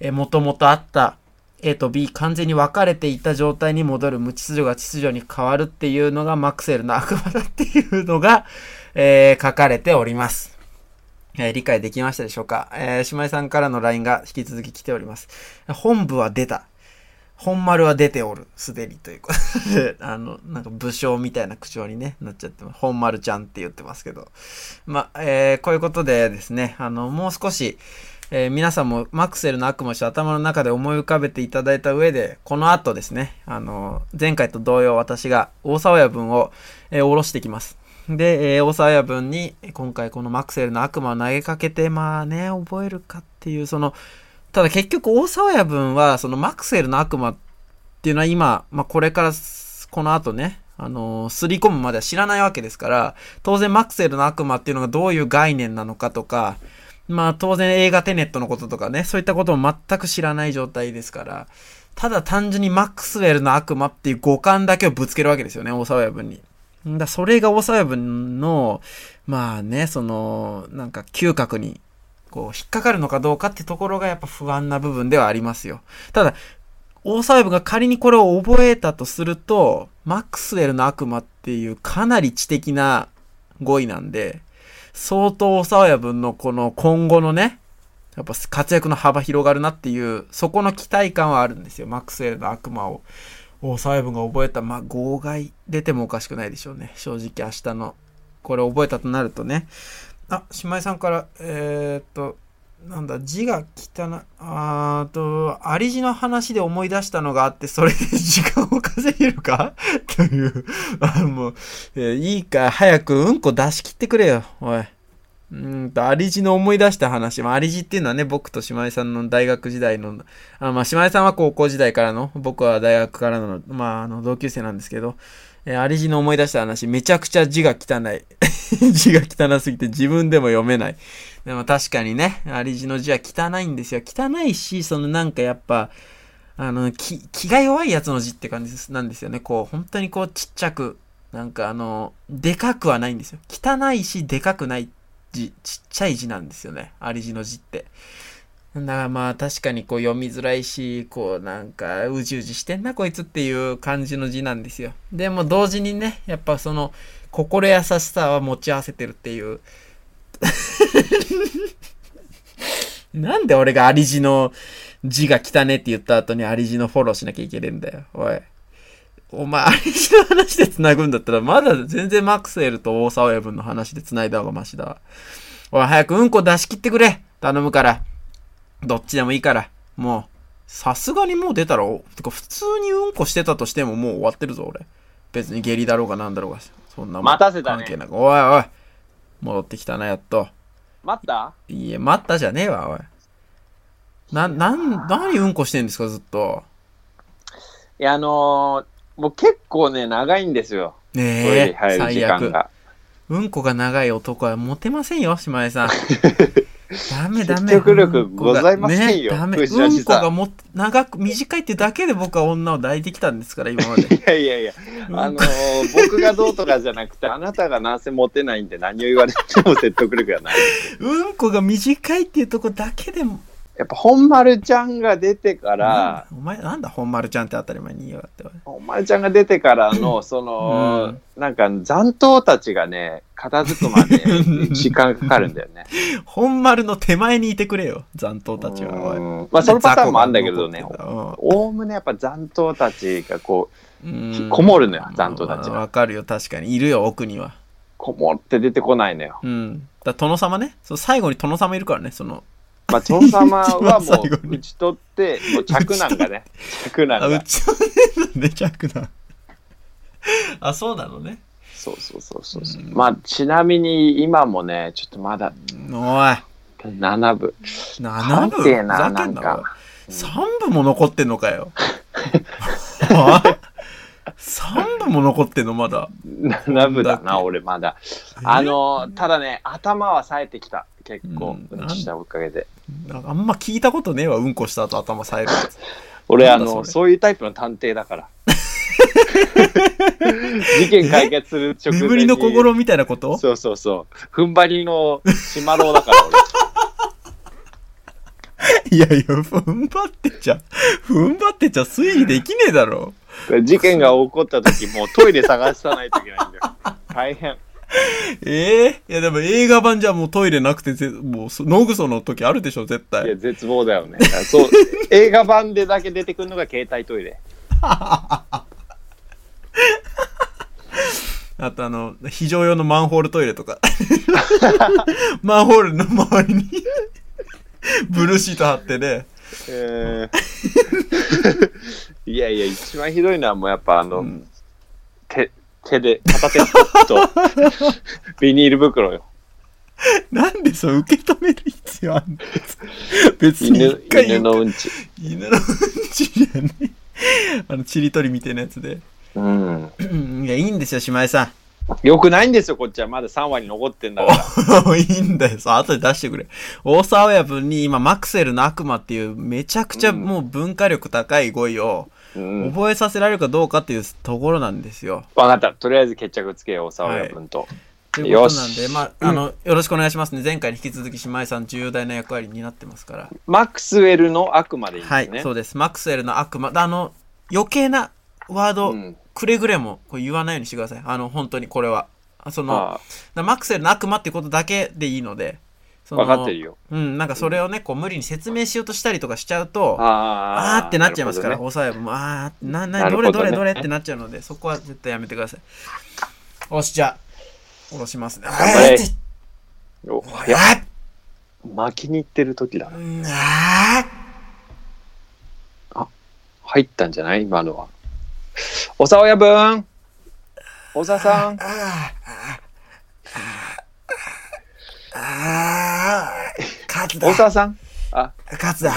S1: えー、もともとあった A と B 完全に分かれていた状態に戻る無秩序が秩序に変わるっていうのがマクセルの 悪魔だっていうのが、えー書かれております。えー理解できましたでしょうかえー、島井さんからの LINE が引き続き来ております。本部は出た。本丸は出ておる。すでにということ で、あの、なんか武将みたいな口調にね、なっちゃってます。本丸ちゃんって言ってますけど。まあ、えーこういうことでですね、あの、もう少し、えー皆さんもマクセルの悪魔を頭の中で思い浮かべていただいた上で、この後ですね、あの、前回と同様私が大沢親分を、えー下ろしてきます。で、えー大沢親分に今回このマクセルの悪魔を投げかけて、まあね、覚えるかっていう、その、ただ結局大沢親分は、そのマクセルの悪魔っていうのは今、まあこれからす、この後ね、あのー、すり込むまでは知らないわけですから、当然マクセルの悪魔っていうのがどういう概念なのかとか、まあ当然映画テネットのこととかね、そういったことも全く知らない状態ですから、ただ単純にマックスウェルの悪魔っていう五感だけをぶつけるわけですよね、大沢親分に。んだそれが大沢親分の、まあね、その、なんか嗅覚に、こう、引っかかるのかどうかってところがやっぱ不安な部分ではありますよ。ただ、大沢親分が仮にこれを覚えたとすると、マックスウェルの悪魔っていうかなり知的な語彙なんで、相当大沢親分のこの今後のね、やっぱ活躍の幅広がるなっていう、そこの期待感はあるんですよ。マックスウェルの悪魔を。大沢親分が覚えた、まあ、号外出てもおかしくないでしょうね。正直明日の。これ覚えたとなるとね。あ、島井さんから、えー、っと、なんだ、字が汚な、あーっと、ありじの話で思い出したのがあって、それで時間を稼げるか という、あもう、えーいいか、早くうんこ出し切ってくれよ、おい。うーんと、ありじの思い出した話。まあ、ありじっていうのはね、僕と島井さんの大学時代の、あまあ、島井さんは高校時代からの、僕は大学からの、まあ、あの、同級生なんですけど、えー、ありじの思い出した話、めちゃくちゃ字が汚い。字が汚すぎて自分でも読めない。でも確かにね、ありじの字は汚いんですよ。汚いし、そのなんかやっぱ、あの、気、気が弱いやつの字って感じですなんですよね。こう、本当にこうちっちゃく、なんかあの、でかくはないんですよ。汚いし、でかくない字、ちっちゃい字なんですよね。ありじの字って。だからまあ確かにこう読みづらいし、こうなんかうじうじしてんなこいつっていう感じの字なんですよ。でも同時にね、やっぱその心優しさは持ち合わせてるっていう。なんで俺がアリジの字が汚ねって言った後にアリジのフォローしなきゃいけねえんだよ。おい。お前、あれしの話で繋ぐんだったら、まだ全然マクセルと大沢親分の話で繋いだ方がマシだわ。おい、早くうんこ出し切ってくれ頼むから。どっちでもいいから。もう、さすがにもう出たら、おてか普通にうんこしてたとしてももう終わってるぞ、俺。別に下痢だろうがなんだろうが、そんなもん
S2: 待たせたね
S1: 関係なく。おいおい、戻ってきたな、やっと。
S2: 待った
S1: いいえ、待ったじゃねえわ、おい。な、なん、何うんこしてんですか、ずっと。
S2: いや、あのーもう結構ね、長いんですよ。トイレ
S1: ね
S2: に
S1: え、
S2: 入る時
S1: 最
S2: 間
S1: 悪。
S2: が。
S1: うんこが長い男はモテませんよ、姉 妹さん。ダメダメ。
S2: 説得力ございませんよ
S1: ねダメ。
S2: 藤田
S1: う
S2: 氏
S1: んこ
S2: さん
S1: がも長く、短いってだけで僕は女を抱いてきたんですから、今まで。
S2: いやいやいや、 あのー僕がどうとかじゃなくて、あなたがなんせモテないんで何を言われても説得力がない。
S1: うんこが短いっていうとこだけでも。
S2: やっぱ本丸ちゃんが出てから、
S1: お前、なんだ、本丸ちゃんって当たり前に言いやがって。おい
S2: 本丸ちゃんが出てからの、その、なんか残党たちがね、片付くま で時間かかるんだよね。
S1: 本丸の手前にいてくれよ、残党たちは。おい
S2: うんまあそのパターンもあるんだけどね
S1: 雑、魚が
S2: おおむねやっぱ残党たちがこ
S1: うん
S2: う、
S1: うん
S2: こもるのよ、残党たち
S1: まあ
S2: が。
S1: わかるよ、確かに。いるよ、奥には。
S2: こもって出てこないのよ。
S1: うん。だから殿様ね。そう最後に殿様いるからね、その。
S2: まあ、殿様はも
S1: 一番最後
S2: う
S1: に
S2: 打ち取って、もう着なんかね、着なん
S1: あ、う
S2: か。
S1: ちのなんで着弾。あ、そうなのね。
S2: そうそうそうそうそう。
S1: うん
S2: まあ、ちなみに今もね、ちょっとまだ
S1: おい、
S2: 7部。
S1: 7部
S2: なんてえな
S1: ふざけん
S2: な
S1: なん
S2: か
S1: おい3部も残ってんの かよ。3部も残ってんのまだ。
S2: 7部だ
S1: なんだっ
S2: な、
S1: け
S2: 俺まだ。あの、ただね、頭は冴えてきた。結構、
S1: うん
S2: うんちしたおかげで。
S1: なんかあんま聞いたことねえわ、うんこした後頭さえるやつ。
S2: 俺、
S1: な
S2: あ
S1: んだそれ
S2: の、そういうタイプの探偵だから。事件解決する直前に。
S1: 眠りの小五郎みたいなこと
S2: そうそうそう。踏ん張りの島郎だから、俺。
S1: いやいや、踏ん張ってちゃ、踏ん張ってちゃ推理できねえだろ。
S2: 事件が起こった時もうトイレ探さないといけないんだよ大変
S1: ええいやでも映画版じゃもうトイレなくてぜ、もうそノグソの時あるでしょ、絶
S2: いや
S1: 対。
S2: 絶望だよねだからそう 映画版でだけ出てくるのが携帯トイレ
S1: あとあの、非常用のマンホールトイレとか。 マンホールの周りにブルーシート貼ってね。
S2: えー いやいや一番ひどいのはもうやっぱあの、
S1: うん
S2: 手手で片手 とビニール袋よ
S1: なんでそう受け止める必要あんの別に
S2: 犬
S1: 一回
S2: 犬のうんち
S1: 犬のうんちじゃねえあの、ちりとりみたいなやつで。
S2: うん
S1: うんいや、いいんですよ、姉妹さん。
S2: よくないんですよこっちはまだ3割残ってん だから
S1: もういいんだよ。さ、後で出してくれ。大沢親分に今、マクセルの悪魔っていう、めちゃくちゃもう文化力高い語彙を、
S2: うん分
S1: 覚えさせられるかどうかっていうところなんですよ。
S2: かったとりあえず決着つけよう沢谷君と、
S1: ということなん
S2: よ
S1: で、
S2: し
S1: まあ、あの、よろしくお願いしますね。前回に引き続き、姉妹さん重大な役割になってますから。
S2: マックスウェルの悪魔でいいん
S1: は
S2: で
S1: い
S2: す、ね、
S1: そうです。マクセルの悪魔。あの、余計なワード、
S2: うん
S1: くれぐれもこう言わないようにしてください。あの、本当にこれは。あその、
S2: あ
S1: だマクセルの悪魔ってことだけでいいので。
S2: あ
S1: その
S2: 分かってるよ
S1: うん、なんかそれをね、こう無理に説明しようとしたりとかしちゃうと、あ
S2: あ
S1: ーってなっちゃいますから、
S2: なるほどね
S1: おさえも、あーって、な、な、
S2: なる
S1: ど
S2: ほ
S1: れ
S2: どね
S1: どれどれってなっちゃうので、そこは絶対やめてください。よし、じゃあ、下ろしますね。あ
S2: 張
S1: ー
S2: れ
S1: って、
S2: おいや、
S1: あ
S2: 巻きに行ってる時だ
S1: ー。うんあ
S2: 入ったんじゃない今のは。おさおやぶんおささん
S1: ーあーあー勝つだ
S2: おささんあ、
S1: 勝つだ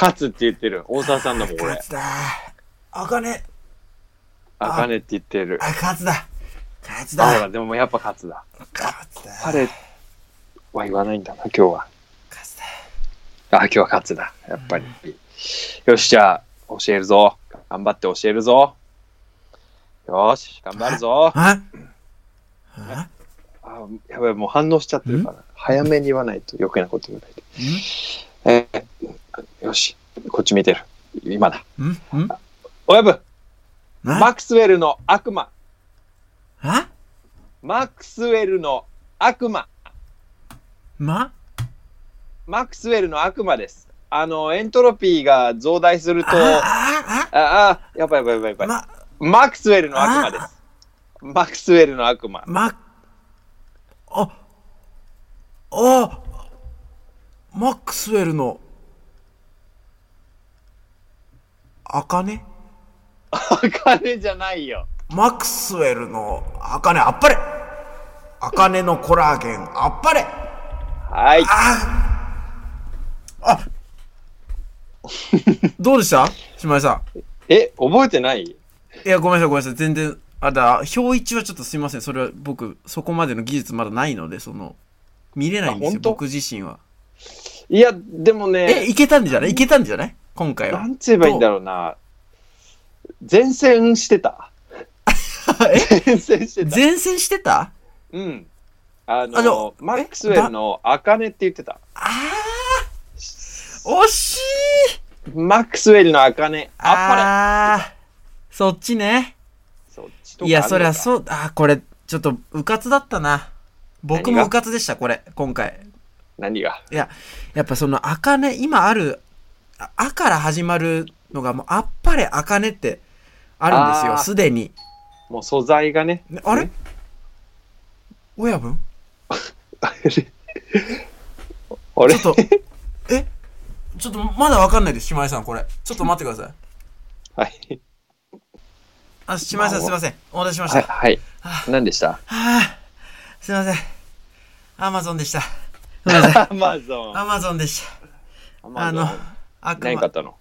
S2: 勝つって言ってる。おささんだもん、これ
S1: 勝。つだあかね
S2: あかねって言ってる。
S1: あ勝つだ勝つ
S2: あ、ほら、
S1: だ
S2: でもやっぱ勝つだ。
S1: 勝つだ
S2: パレは言わないんだな、今日は。
S1: 勝つだ
S2: あ、今日は勝つだ。やっぱり。よし、じゃあ、教えるぞ。頑張って教えるぞ。よし、頑張るぞ。
S1: ああ
S2: あ、やばい、もう反応しちゃってるから。早めに言わないと余計なこと言わないと。えーよし、こっち見てる。今だ。
S1: んんん
S2: 親分、
S1: な
S2: マックスウェルの悪魔。
S1: あ
S2: マックスウェルの悪魔。
S1: ま
S2: マックスウェルの悪魔です。あの、エントロピーが増大すると、あ
S1: ああ
S2: あ、やばいやばいやばいやばい。
S1: ま
S2: マクスウェルの悪魔です。マクスウェルの悪魔。
S1: マああマックスウェルの茜
S2: あかねじゃないよ。
S1: マックスウェルの茜あっぱれ茜のコラーゲンあっぱれ
S2: はい。
S1: あどうでした島井さ
S2: え、覚えてない
S1: んいやごめんなさいごめんなさい全然あだ表一はちょっとすいませんそれは僕そこまでの技術まだないのでその見れないんです
S2: あ
S1: よ
S2: 本当
S1: 僕自身はい
S2: や、でも
S1: え
S2: ね、
S1: いけたんじゃないいけたんじゃない今回は
S2: なんて言えばいいんだろうな。前線してた。
S1: え
S2: 前線してた。
S1: 前線してた
S2: うん。あ
S1: あでも
S2: の、マックスウェルのあかねって言ってた。
S1: あー惜しい
S2: マックスウェルのあかね。あっぱ
S1: あーそっちね。
S2: れ。そっちとか
S1: いや、そりゃ
S2: う。
S1: そう、あー、これ、ちょっと、うかつだったな。僕
S2: 何
S1: も
S2: が
S1: うかつでした、これ、今回。
S2: 何が
S1: いや、やっぱその、あかね、今ある、ああから始まるのが、もう、あっぱれあかねって、あるんです
S2: あ
S1: よ、
S2: ー
S1: すでに。
S2: もう素材がね。
S1: ねあれ
S2: ね
S1: 親分
S2: あれあ
S1: ち
S2: れ
S1: ょっと、えちょっと、まだわかんないです、島井さん、これ。ちょっと待ってください。
S2: はい。
S1: あ、島井さん、すいません。お待たせしまし
S2: は
S1: た
S2: い。。はい。何で した
S1: はあ、すいません。アマゾンでした。すいません。
S2: アマゾン。
S1: アマゾンでした。あの、悪
S2: 何買
S1: 魔
S2: っ。たの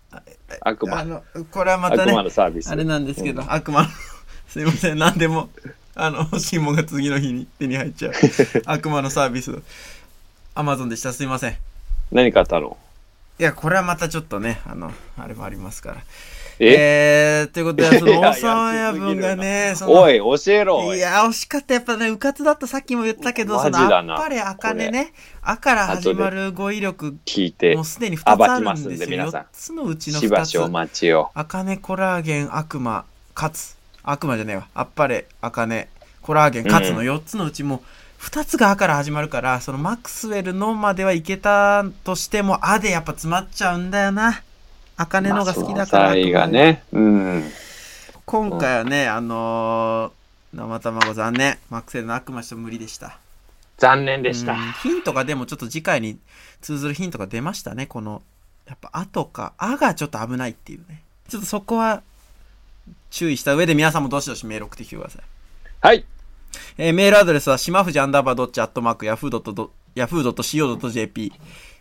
S2: 悪魔
S1: あ。の、これはまた
S2: 悪魔の
S1: ね、
S2: サービス。
S1: あれなんですけど、悪魔の、 すいません、何でも、あの、欲しいもんが次の日に手に入っちゃう。 悪魔のサービス。アマゾンでした。すいません。い
S2: 何買ったの
S1: や、これはまたちょっとね、あの、あれもありますから。
S2: え
S1: えー、ということで、その、
S2: いや
S1: 大沢親分が
S2: や
S1: ね、その、
S2: おい、教えろ。お
S1: い
S2: い
S1: や、惜しかった。やっぱね、うかつだった。さっきも言ったけど、
S2: マ
S1: そ
S2: ジ
S1: の、
S2: だ
S1: あっ
S2: な
S1: ぱれ、あかねね。あから始まる語彙力、
S2: 聞いて
S1: もう、すでに2つあ
S2: 暴き
S1: る
S2: ま
S1: ん
S2: すん
S1: です
S2: で
S1: よ。
S2: 皆さん
S1: 4つのうちの
S2: しばしお
S1: 2つ。
S2: 待ちを。
S1: あかね、コラーゲン、悪魔、カツ。悪魔じゃねえわ。あっぱれ、あかね、コラーゲン、カツ
S2: う
S1: の
S2: ん
S1: 4つのうちも、2つがあから始まるから、そのマックスウェルのまではいけたとしても、あでやっぱ詰まっちゃうんだよな。あかねのが好きだから。
S2: まあ素材が
S1: 悪魔
S2: ね。うん。
S1: 今回はね、あのー、生卵残念。マックスウェルの悪魔ちょっと無理でした。
S2: 残念でした
S1: うん。ヒントがでもちょっと次回に通ずるヒントが出ましたねこのやっぱ「あ」とか「あ」がちょっと危ないっていうねちょっとそこは注意した上で皆さんもどしどしメール送ってきてください、
S2: はい。
S1: えーメールアドレスは島藤アンダーバードッチアットマークヤフードとヤフードと CO.jp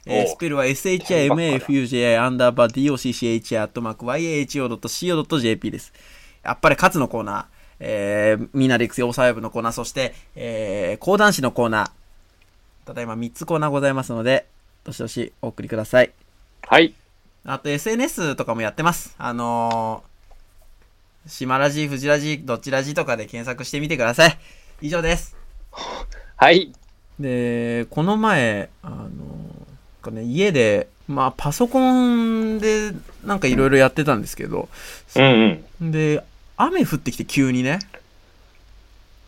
S1: えー
S2: おう
S1: スペルは SHIMAFUJI アンダーバー DOCCHI アットマーク YAHO.CO.jp です。やっぱり勝つのコーナー、えー、みんなで行くよ、サイブのコーナー、そして、えー、講談師のコーナー、ただいま3つコーナーございますので、どしどしお送りください。
S2: はい。
S1: あと SNS とかもやってます。あのー、島ラジ、藤ラジ、どっちラジとかで検索してみてください。以上です。
S2: はい。
S1: で、この前、あのー、なんかね、家で、まあパソコンでなんかいろいろやってたんですけど、
S2: うんうん。
S1: で、雨降ってきて急にね。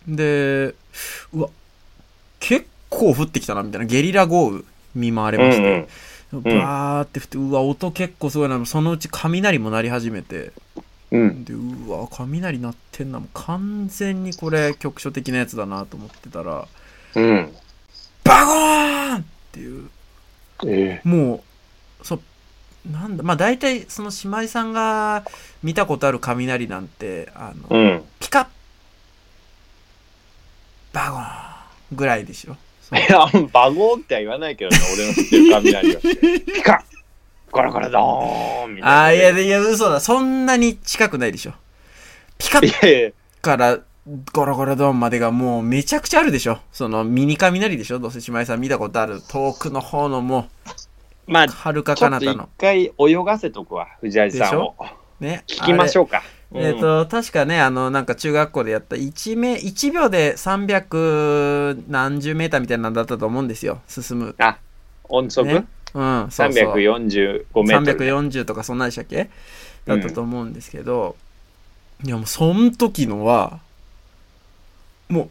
S1: で、うわ、結構降ってきたな、みたいな。ゲリラ豪雨見舞われ
S2: うん
S1: まして。
S2: うん。
S1: バーって降って、うわ、音結構すごいな、そのうち雷も鳴り始めて、
S2: うん。
S1: で、うわ、雷鳴ってんな、もう完全にこれ局所的なやつだなと思ってたら、
S2: うん。
S1: バゴーンっていう、
S2: え
S1: もう、そう、なんだ、まあ大体その姉妹さんが見たことある雷なんて、あの、
S2: え。うん。
S1: ピカッバゴーンぐらいでしょ。そう
S2: いや、バゴーっては言わないけどね、俺の知ってる雷は。ピカッゴロゴロドーンみたいな。
S1: あーいや、いや、嘘だ。そんなに近くないでしょ。ピカッ
S2: いやいや
S1: からゴロゴロドンまでがもうめちゃくちゃあるでしょそのミニ雷でしょどうせ姉妹さん見たことある遠くの方のも
S2: まあ
S1: う、はるか
S2: ちょ
S1: 彼
S2: っと
S1: 方
S2: 一
S1: の
S2: 回泳がせとくわ、藤井さんを。
S1: ね
S2: 聞きまし
S1: ょう
S2: ょうか。
S1: えっ、と確かねあのなんか中学校でやった1名1秒で300何十メーターみたいなのだったと思うんですよ進む、
S2: うん、あ、音速、
S1: ね、うんそうそう
S2: 345メートル。
S1: 340とかそんなでしたっけだったと思うんですけど、いやもうそん時のはも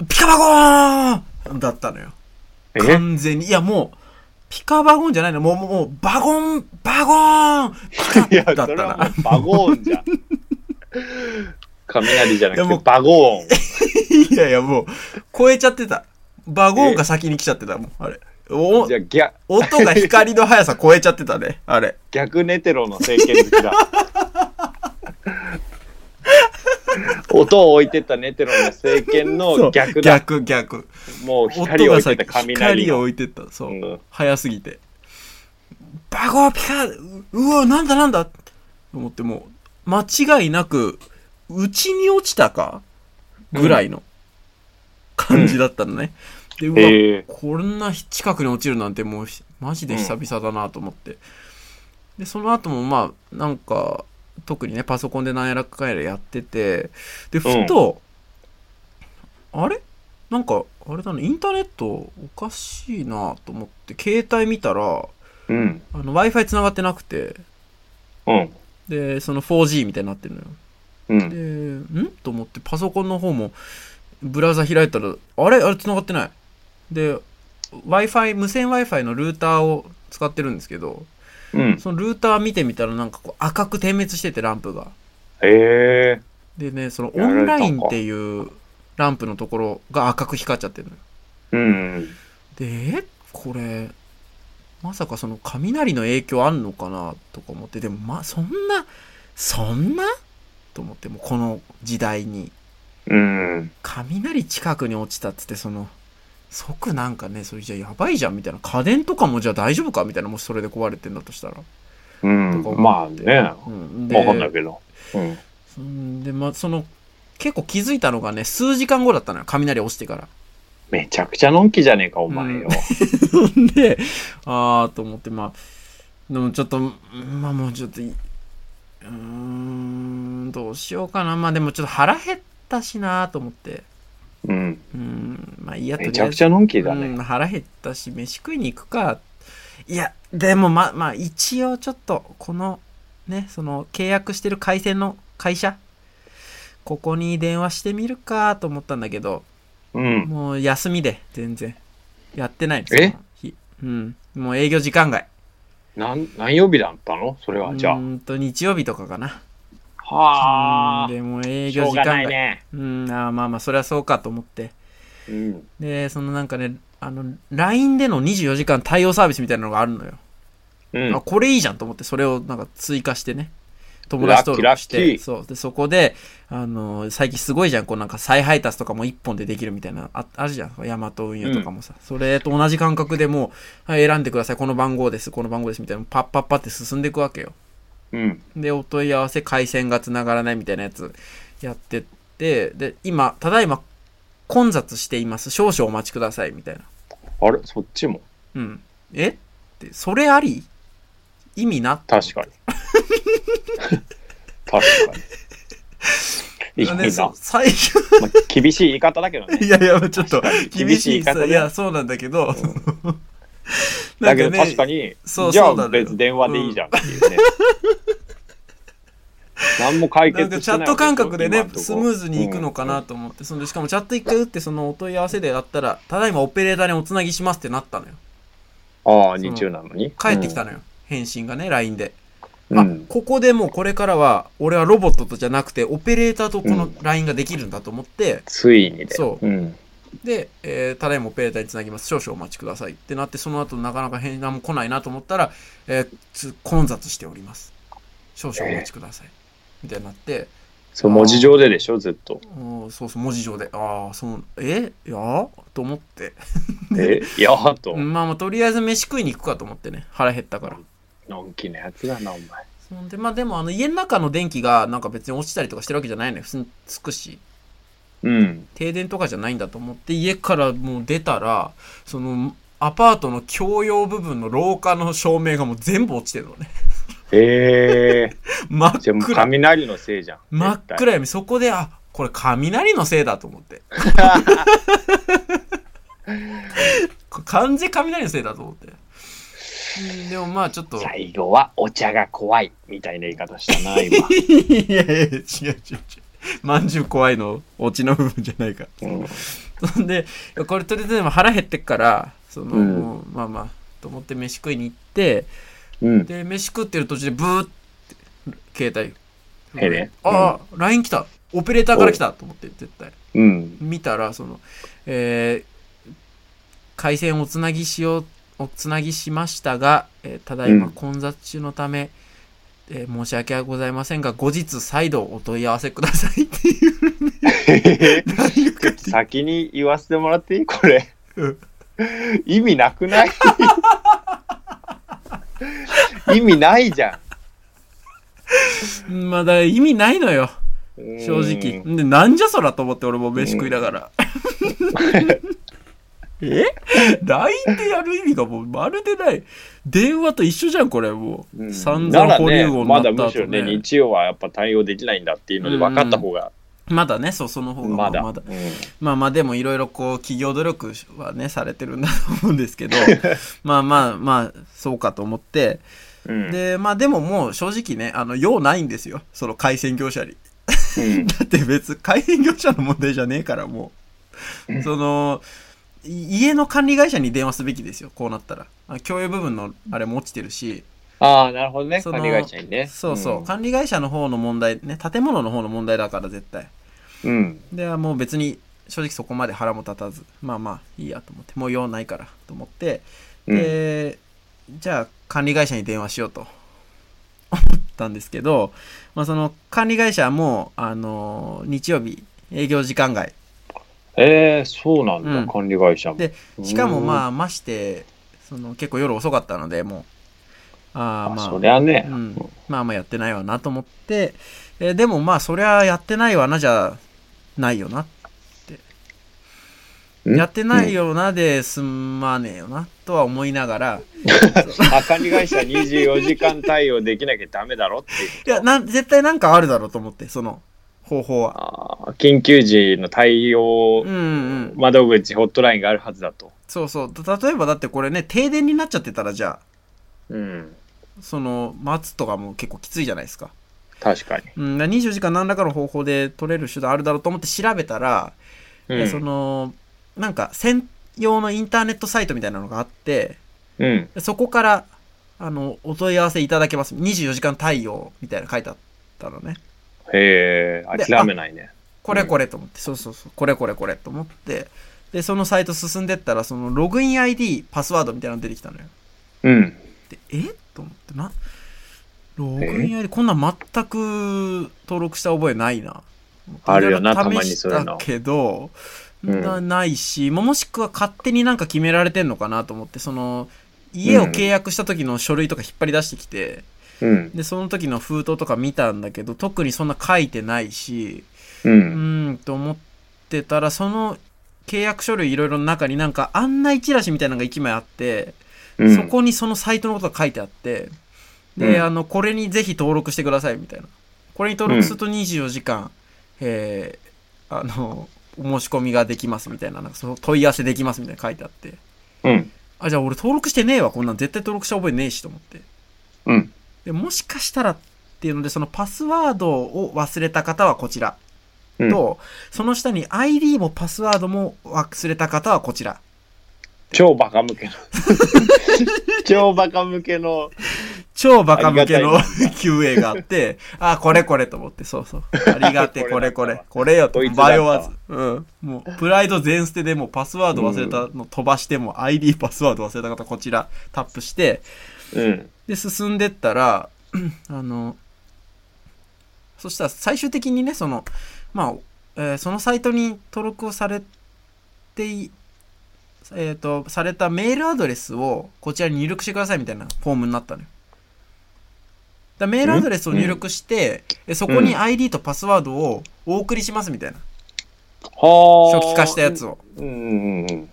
S1: うピカバゴーンだったのよ
S2: え
S1: 完全にいやもうピカバゴンじゃないのもうもうもうバゴンバゴーンピ
S2: いや、
S1: カだっ
S2: そ
S1: た
S2: れは
S1: な
S2: もうバゴーンじゃん。雷じゃなく
S1: いやも
S2: て
S1: う
S2: バゴーン。
S1: いやいや、もう、超えちゃってた。バゴーンが先に来ちゃってたもん、あれ。お
S2: じゃあ逆
S1: 音が光の速さ超えちゃってたね、あれ。
S2: 逆ネテロの政権好き だ。音を置いてったネテロの政権
S1: そ
S2: の
S1: う
S2: 逆だ。
S1: 逆、逆。
S2: もう光
S1: 音
S2: を
S1: が
S2: 置いて
S1: 先
S2: た、雷
S1: 光を
S2: が。
S1: 置いてった。そう。
S2: うん
S1: 早すぎて。バゴーピカううわ、なんだなんだと思って、もう、間違いなく、うちに落ちたかぐらいの感じだったのね。で、うわ、
S2: ええ
S1: こんな近くに落ちるなんてもうひマジで久々だなと思って、でその後もまあなんか特にねパソコンで何やらかやらやっててでふと、あれなんかあれだねインターネットおかしいなと思って携帯見たらあ
S2: うん。
S1: の w i f i 繋がってなくて
S2: うん。
S1: でその 4G みたいになってるのよ
S2: うん。
S1: で、んと思って、パソコンの方も、ブラウザ開いたら、あれあれ繋がってない。で、Wi-Fi、無線 Wi-Fi のルーターを使ってるんですけど、
S2: うん。
S1: そのルーター見てみたらなんかこう赤く点滅してて、ランプが。
S2: ええ
S1: でね、そのオ
S2: やら
S1: ン
S2: れた
S1: ラ
S2: か
S1: インっていうランプのところが赤く光っちゃってるのよ。
S2: うん。
S1: で、えこれ、まさかその雷の影響あんのかなとか思って、でもま、そんな、そんなと思って、もうこの時代に。
S2: うん。
S1: 雷近くに落ちたっつってその即なんかねそれじゃやばいじゃんみたいな家電とかもじゃあ大丈夫かみたいなもしそれで壊れてんだとしたら、
S2: うん
S1: とか思って。
S2: まあね。わ
S1: うん、
S2: かんないけど。うん。
S1: うんでまあその結構気づいたのがね数時間後だったのよ雷落ち てから
S2: めちゃくちゃのんきじゃねえか、お前よ。
S1: そんでああと思ってまあでもちょっとまあもうちょっというーんどうしようかなまあでもちょっと腹減ったしなと思って
S2: うん。
S1: うんまあいいやとり
S2: めち
S1: あえず
S2: ゃくちゃのんきだ
S1: うん、
S2: ね。
S1: 腹減ったし飯食いに行くかいやでもままあ一応ちょっとこのねその契約してる回線の会社ここに電話してみるかと思ったんだけど
S2: うん。
S1: もう休みで全然やってない
S2: え
S1: その日うんもう営業時間外
S2: なん、何曜日だったのそれは、じゃ
S1: う
S2: あ。
S1: ーんと日曜日とかかな
S2: はあ
S1: うん。でもう営
S2: し
S1: 業
S2: ょう
S1: 時
S2: が
S1: 間外
S2: ないね。
S1: うんあーまあまあそれはそうかと思って
S2: うん。
S1: でそのなんかねあの LINE での24時間対応サービスみたいなのがあるのよ
S2: うん
S1: あ。これいいじゃんと思ってそれをなんか追加してね友達登録し
S2: ラッキーラ
S1: て
S2: ッキー
S1: そうでそこで、あのー最近すごいじゃんこうなんか再配達とかも一本でできるみたいなああるじゃんヤマト運輸とかもさ、それと同じ感覚でもう、はい、選んでくださいこの番号ですこの番号ですみたいなのパッパッパって進んでいくわけよ
S2: うん。
S1: でお問い合わせ回線がつながらないみたいなやつやってってで今ただいま混雑しています少々お待ちくださいみたいな
S2: あれそっちも。
S1: うんえってそれあり意味な
S2: 確 かに。確かに。いいな。
S1: ねそう最近
S2: まあ、厳しい言い方だけどね。
S1: いやいや、ちょっ
S2: 確
S1: と
S2: かに
S1: 厳
S2: 厳
S1: し
S2: し
S1: い
S2: い
S1: さ
S2: 言い方ね
S1: いや、そうなんだけど、
S2: だ
S1: なん
S2: けど
S1: かね、
S2: 確かに、
S1: そう
S2: じゃ
S1: そうな
S2: あ
S1: のよ
S2: 別に電話でいいじゃんっていうね。何も解
S1: なんか
S2: 決し
S1: チ
S2: てない
S1: ャット感覚でね、スムーズにい
S2: 行
S1: くのかなと思って、そんで、しかもチャット一回打って、そのお問い合わせであったら、ただいまオペレーターにおつなぎしますってなったのよ。
S2: ああ、日中なのに。
S1: 帰ってきたのよ。返信がね、LINE で。
S2: うん。う
S1: あ
S2: ん、
S1: ここでもうこれからは、俺はロボットとじゃなくて、オペレーターとこ
S2: う
S1: の
S2: ん
S1: LINE ができるんだと思って、
S2: ついにで。。
S1: そう
S2: ん。
S1: で、えーただいまオペレーターにつなぎます。少々お待ちくださいってなって、その後なかなか変なも来ないなと思ったら、えーつ混雑しております。少々お待ちください。みたいになって、
S2: そう、文字上ででしょ、ずっと。
S1: おーそうそう、文字上で、ああ、そう、えいやーと思って。
S2: え、いやーと
S1: う。んまあまあ、とりあえず飯食いに行くかと思ってね。腹減ったから。
S2: のんきなやつだな、お前。
S1: そんで、まあでも、あの、家の中の電気がなんか別に落ちたりとかしてるわけじゃないのよ。普通につくし。
S2: うん。
S1: 停電とかじゃないんだと思って家からもう出たらそのアパートの共用部分の廊下の照明がもう全部落ちてるのね
S2: ええ
S1: 真
S2: ー。じゃあも
S1: っ
S2: う
S1: 暗
S2: 雷のせいじゃん。
S1: 真っ
S2: 絶対
S1: 暗闇そこであこれ雷のせいだと思って これ完全雷のせいだと思ってうんでもまあちょっと
S2: 最後はお茶が怖いみたいな言い方したな、 今。
S1: いやいや違う違う違うまんじゅう怖いのオチの部分じゃないから
S2: うん
S1: そ んで、いやこれとりあえずでも腹減ってっから、その、
S2: うん
S1: もうまあまあ、と思って飯食いに行って、
S2: うん。
S1: で、飯食ってる途中でブーって、携帯。
S2: へね
S1: ああ、LINE 来た。おオペレーターから来たと思って、絶対。
S2: うん。
S1: 見たら、その、えー回線をつなぎしよう、おつなぎしましたが、えーただいま
S2: うん
S1: 混雑中のため、えー申し訳ございませんが、後日再度お問い合わせくださいって いう LINE が来て
S2: 先に言わせてもらっていいこれ
S1: うん。
S2: 意味なくない 意味ないじゃ
S1: うんまあだから意味ないのよ、
S2: ん。うん
S1: 正直。。で、なんじゃそらと思って俺も飯食いな がら。え ?LINE でやる意味がもうまるでない。電話と一緒じゃん、これもう。
S2: うん
S1: 散
S2: な
S1: 々
S2: ら
S1: 保留
S2: ね、
S1: 音にな
S2: ま
S1: った
S2: だ
S1: 後、ね
S2: むしろね、日曜はやっぱ対応できないんだっていうので分かった方が、
S1: まだね、そう、その方が
S2: まだ。
S1: まだ
S2: うん
S1: まあまあでもいろいろこう企業努力はねされてるんだと思うんですけ どまあまあまあそうかと思って
S2: うん
S1: でまあでももう正直ねあの用ないんですよその回線業者に
S2: うん
S1: だって別に回線業者の問題じゃねえからもうそのい家の管理会社に電話すべきですよこうなったらあ共有部分のあれも落ちてるし
S2: ああ、なるほどね。
S1: そ
S2: 管
S1: の
S2: 理会社にね。
S1: そうそう、管理会社の方の問題ね建物の方の問題だから絶対
S2: うん。うん。
S1: でもう別に正直そこまで腹も立たずまあまあいいやと思ってもう用ないからと思って
S2: うん
S1: で、じゃあ管理会社に電話しようと 思ったんですけど、まあ、その管理会社も、あのー日曜日営業時間外
S2: ええ、そうなん
S1: う
S2: だ、
S1: ん
S2: 管理会社も。
S1: でしかもま
S2: あ、
S1: あましてその結構夜遅かったのでもうあー
S2: あ
S1: まあ
S2: そりゃね
S1: う。ん、まあまあやってないわなと思って、えーでもまあそりゃやってないわなじゃないよな
S2: ん
S1: やってないよなですまねえよなとは思いながら、
S2: あ管理会社24時間対応できなきゃダメだろっていう。
S1: いやなん絶対なんかあるだろうと思ってその方法は
S2: あー緊急時の対応
S1: うんうん
S2: 窓口、ホットラインがあるはずだと。
S1: そうそうた例えばだってこれね停電になっちゃってたらじゃあ
S2: うん。
S1: その待つとかも結構きついじゃないですか,、
S2: 確かに。
S1: うん、だから24時間何らかの方法で取れる手段あるだろうと思って調べたら、
S2: う
S1: いや
S2: ん。
S1: そのなんか専用のインターネットサイトみたいなのがあって
S2: うん。
S1: そこからあのお問い合わせいただけます24時間対応みたいなの書いてあったのね
S2: へえ、
S1: で
S2: 諦めないね。
S1: これこれと思って、そうそうそう、これこれこれと思って、で、そのサイト進んでったら、そのログイン ID、パスワードみたいなの出てきたのよ。
S2: うん。
S1: で、えと思ってな。ログイン ID、こんなん全く登録した覚えないな。
S2: あるよない
S1: ろいろ
S2: たまにそういうの
S1: 試したけ
S2: うん
S1: ど、なないし、もしくは勝手になんか決められてんのかなと思って、その、家を契約した時の書類とか引っ張り出してきて、
S2: うん。
S1: で、その時の封筒とか見たんだけど、特にそんな書いてないし、
S2: う。
S1: うんーんと思ってたらその契約書類いろいろの中になんか案内チラシみたいなのが1枚あって、
S2: うん
S1: そこにそのサイトのことが書いてあってで、
S2: うん
S1: あのこれにぜひ登録してくださいみたいなこれに登録すると24時間、えーあのお申し込みができますみたいななんかその問い合わせできますみたいなの書いてあって
S2: うん。
S1: あじゃあ俺登録してねえわこんなん絶対登録した覚えねえしと思って
S2: うん。
S1: でもしかしたらっていうのでそのパスワードを忘れた方はこちら
S2: うん
S1: と、その下に ID もパスワードも忘れた方はこちら。
S2: 超バカ向 けの。超バカ向けの。
S1: 超バカ向けの
S2: あ
S1: QA があって、あ、これこれと思って、そうそう。ありがてえ、こ
S2: こ
S1: れ
S2: れ
S1: こ
S2: これ
S1: れ。これよと、
S2: こいつだった
S1: 迷わず。うん。もう、プライド全捨てでもうパスワード忘れたの飛ばしても、ID パスワード忘れた方こちらタップして、
S2: うん。
S1: で、進んでったら、 あの、そしたら最終的にね、その、まあ、えーそのサイトに登録をされてい、えっ、と、されたメールアドレスをこちらに入力してくださいみたいなフォームになったのよ。だメールアドレスを入力して、でそこに ID とパスワードをお送りしますみたいな。
S2: はあ。
S1: 初期化したやつを。
S2: うん。うん。うん。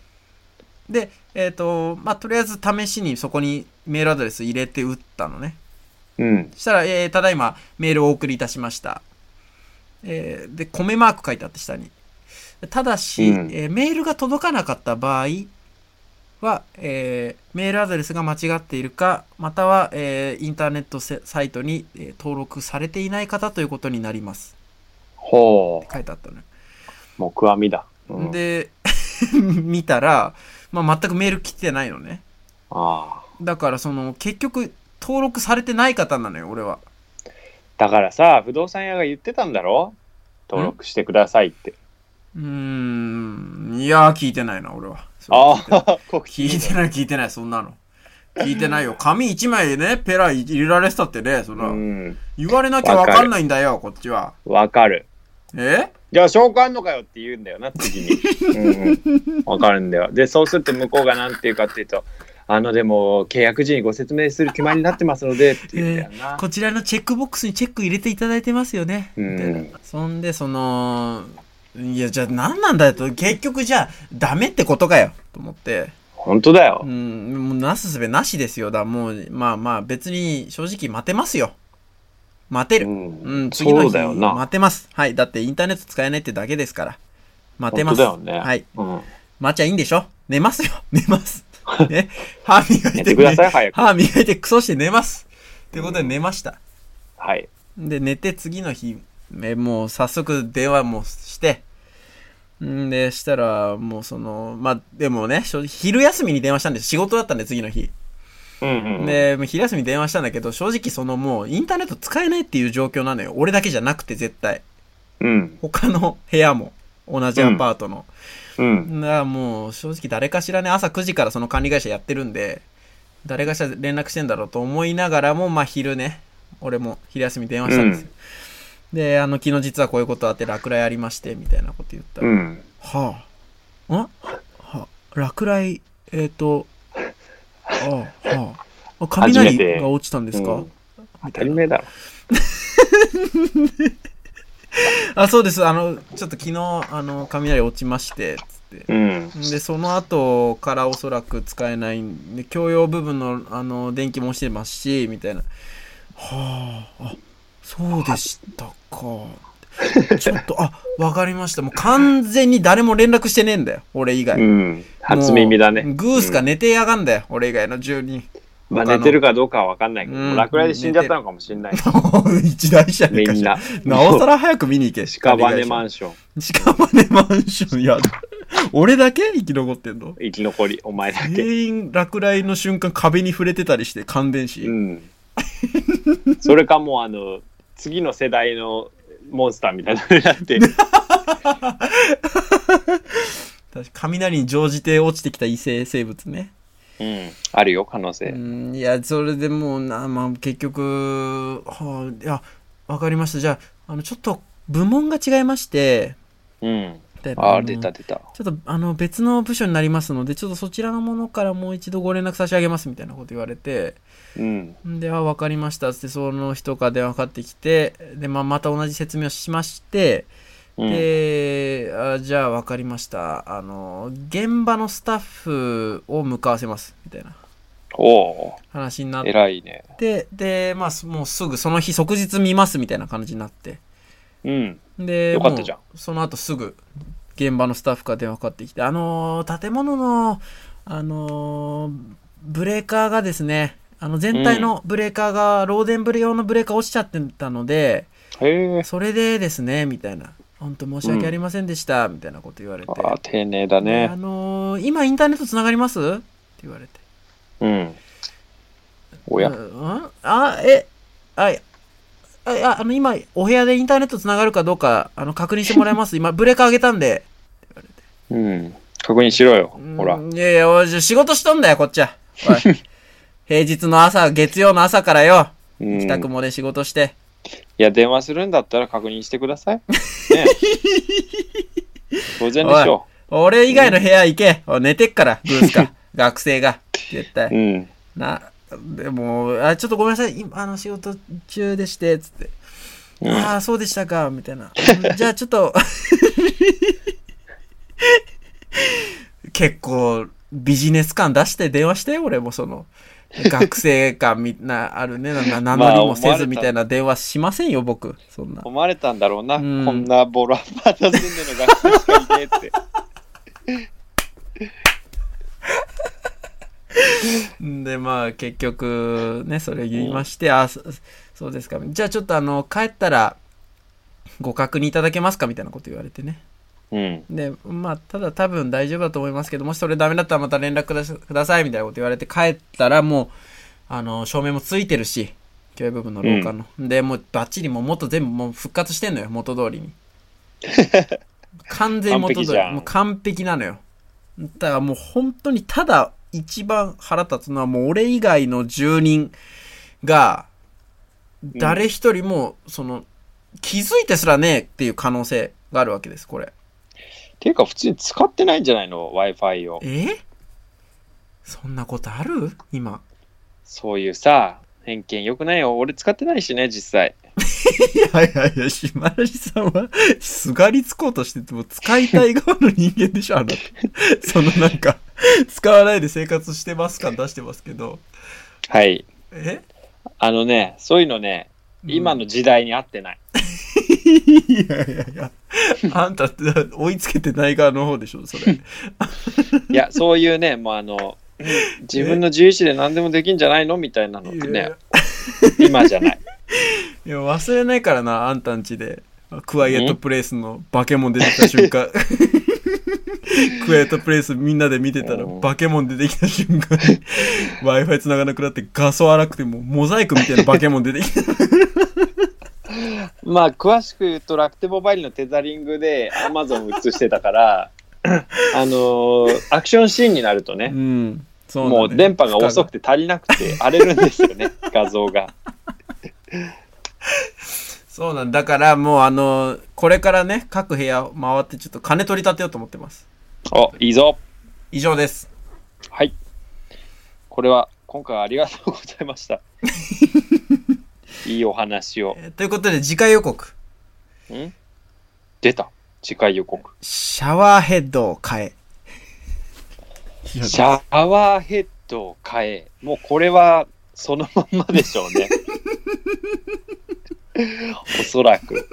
S1: で、えっ、と、まあ、とりあえず試しにそこにメールアドレス入れて打ったのね。
S2: うん。
S1: そしたら、えーただいまメールをお送りいたしました。えーで、米マーク書いてあって下に。ただし、
S2: うん
S1: えーメールが届かなかった場合は、えーメールアドレスが間違っているか、または、えーインターネットせサイトに、えー登録されていない方ということになります。
S2: ほ
S1: 書いてあったのよ。
S2: う。木阿弥だ。うん、
S1: で、 見たら、まあ、全くメール来てないのね。
S2: ああ。
S1: だから、その、結局、登録されてない方なのよ、俺は。
S2: だからさ、不動産屋が言ってたんだろ登録してくださいって。
S1: うーん、いやー、聞いてないな、俺は。
S2: ああ、告
S1: 聞いてない、聞いてない、そんなの。聞いてないよ。紙一枚でね、ペラ入れられてたってね、その、
S2: うん、
S1: 言われなきゃわかんないんだよ、こっちは。
S2: わかる。
S1: え
S2: じゃあ証拠あんのかよって言うんだよな、次に。うん、わかるんだよ。で、そうすると向こうがなんて言うかっていうと、あの、でも、契約時にご説明する決まりになってますので、って言うんだよな。
S1: こちらのチェックボックスにチェック入れていただいてますよね。
S2: うん
S1: みたいなそんで、その、いや、じゃあ何なんだよと、結局じゃあ、ダメってことかよ、と思って。
S2: 本当だ
S1: う
S2: よ。
S1: ん、もうなすすべなしですよ。だ、もう、まあまあ、別に正直待てますよ。待て
S2: う
S1: る。うんん、次の
S2: そう
S1: 日
S2: だよな。
S1: 待てます。はい、だってインターネット使えないってだけですから。待てま
S2: 本当
S1: す。
S2: だよね。
S1: はい。
S2: うん、
S1: 待ちゃいいんでしょ寝ますよ。 寝 ます。ね、歯磨い
S2: 寝
S1: て、
S2: てください、早く。
S1: 歯磨いてクソして寝ます。ってことで寝ました。
S2: はい。
S1: で、寝て次の日、えもう早速電話もして、んで、したら、もうその、まあ、でもね、正直昼休みに電話したんです。仕事だったんで、次の日。
S2: うんうんうん。
S1: で、昼休みに電話したんだけど、正直そのもう、インターネット使えないっていう状況なのよ。俺だけじゃなくて、絶対。
S2: うん。
S1: 他の部屋も、同じアパートの。
S2: うん。
S1: だからもう正直誰かしらね朝9時からその管理会社やってるんで誰かしら連絡してんだろうと思いながらもまあ昼ね俺も昼休み電話したんですよ、であの昨日実はこういうことあって落雷ありましてみたいなこと言ったら、
S2: うん。
S1: はあんは落雷えっ、ー、とああはああ
S2: 初め
S1: 雷
S2: て
S1: が落ちたんですか、
S2: うん
S1: み
S2: 当
S1: た
S2: た
S1: い
S2: り
S1: な
S2: 前だろ。
S1: あそうですあのちょっと昨日あの雷落ちましてつって
S2: うん。
S1: でその後からおそらく使えないんで共用部分のあの電気も落ちてますしみたいなはああそうでしたかちょっとあわかりましたもう完全に誰も連絡してねえんだよ俺以外、
S2: うん。初耳だね。
S1: もうグースか
S2: うん
S1: 寝てやがんだよ、俺以外の住人
S2: まあ
S1: 他の
S2: 寝てるかどうかは分かんないけど、
S1: うん
S2: 落雷で死んじゃったのかもしれない。
S1: 一大車
S2: み
S1: か
S2: ん
S1: しら
S2: な。
S1: なおさら早く見に行け
S2: 屍マンション。
S1: 屍マンションやだ俺だけ生き残ってんの
S2: 生き残り、お前だけ。
S1: 全員落雷の瞬間壁に触れてたりして感電死、
S2: うん。それかもう、あの、次の世代のモンスターみたいなのにな って、
S1: 確か雷に乗じて落ちてきた異性生物ね。
S2: うん。あるよ、可能
S1: う
S2: 性。
S1: ん、いや、それでもうな、まあ、結局、はあ、いや、わかりました。じゃあ、あの、ちょっと、部門が違いまして、
S2: うん。
S1: で
S2: あ
S1: の
S2: あ、出た出た。
S1: ちょっと、あの、別の部署になりますので、ちょっとそちらのものからもう一度ご連絡差し上げます、みたいなこと言われて、
S2: うん。
S1: んで、あ、わかりました、つって、その人から電話かかってきて、で、まあ、また同じ説明をしまして、
S2: うん。
S1: で、あじゃあ分かりました。あの、現場のスタッフを向かわせます。みたいな
S2: おお、
S1: 話になっ
S2: 偉いね。
S1: て、で、まあ、すもうすぐその日即日見ますみたいな感じになって。
S2: うん。
S1: で、
S2: よかったじゃん
S1: もうその後すぐ現場のスタッフから電話かかってきて、あのー、建物の、あのー、ブレーカーがですね、あの全体のブレーカーが、漏電ブレ用のブレーカー落ちちゃってたので、
S2: へえ。
S1: それでですね、みたいな。本当申し訳ありませんでした、みたいなこと言われて。
S2: ああ、丁寧だ
S1: で
S2: ね
S1: あ。のー今インターネットつながりますって言われて。
S2: うん。おや
S1: う。んあ、え、あ、いあいや、あの、今、お部屋でインターネットつながるかどうか、あの、確認してもらえま す今、ブレーカー上げたんで。
S2: うん。確認しろよ。ほら
S1: う。んいやいや、おいじゃあ仕事しとんだよ、こっちは。おい 平日の朝、月曜の朝からよ。
S2: うん。
S1: 帰宅
S2: い
S1: もで仕事して。
S2: や、電話するんだったら確認してくだ さい。ねえ当然でしょ
S1: 俺以外の部屋行け。おい寝てっから、ブ ースか。学生が。絶対
S2: う。。うん。
S1: な、でも、あ、ちょっとごめんなさい。今、あの、仕事中でして、つって。
S2: うん
S1: ああ、そうでしたか、みたいな。じゃあちょっと、結構ビジネス感出して電話して、俺もその、学生感みんなあるね、なんか名乗りもせずみたいな電話しませんよ、僕。そんな。
S2: 思われたんだろうな、
S1: うん
S2: こんなボロアパート住んでるの学生しかいねえ って。
S1: で、まあ結局、ね、それ言いまして、ああ、そそうですか。じゃあちょっとあの、帰ったら、ご確認いただけますかみたいなこと言われてね。
S2: うん。
S1: で、まあ、ただ多分大丈夫だと思いますけど、もしそれダメだったらまた連絡くださくださいみたいなこと言われて帰ったら、もう、あの、照明もついてるし、 教育部分の廊下の。で、もうバッチリもう元全部もう復活してんのよ、元通りに。完全元
S2: 完璧
S1: 通
S2: じゃ
S1: り。
S2: ん
S1: もう完璧なのよ。だからもう本当にただ一番腹立つのはもう俺以外の住人が誰一人もその気づいてすらねえっていう可能性があるわけです、これ。
S2: ていうか、普通に使ってないんじゃないの ?Wi-Fi を。
S1: えそんなことある今。
S2: そういうさ、偏見よくないよ。俺使ってないしね、実際。
S1: いやいやいや、島田さんは、すがりつこうとしてても、使いたい側の人間でしょ、あなた。 そのなんか、使わないで生活してます感出してますけど。
S2: はい。
S1: え
S2: あのね、そういうのね、今の時代に合って ない。
S1: いやいやいや。あんたって追いつけてない側の方でしょ、それ。
S2: いや、そういうね、もうあ の、自分の自由意志で何でもできんじゃないのみたいなのって
S1: い
S2: ね、
S1: や
S2: 今じゃ ない。
S1: いや、忘れないからな、あんたんちで。クワイエットプレイスのバケモン出てきた 瞬間。クワイエットプレイスみんなで見てたら
S2: うん
S1: バケモン出てきた瞬間 Wi-Fi 繋がなくなって画素荒くてもうモザイクみたいなバケモン出て きた。
S2: まあ、詳しく言うと、楽天モバイルのテザリングで Amazon 映してた から、あのーアクションシーンになると
S1: う
S2: ね、
S1: ん。そう
S2: もう電波が遅く
S1: て。
S2: て足りなくて荒れるんです よね、画像が。
S1: そうなんだだからもうあの、これからね、各部屋回ってちょっと金取り立てようと思ってます。
S2: お、いいぞ。
S1: 以上です。
S2: はい。これは、今回はありがとうございま した。いいお話を。
S1: えーということで次回予告。
S2: ん出た。次回予告。
S1: シャワーヘッドを変え。
S2: シャワーヘッドを変え、もうこれはそのまんまでしょう ね。おそらく。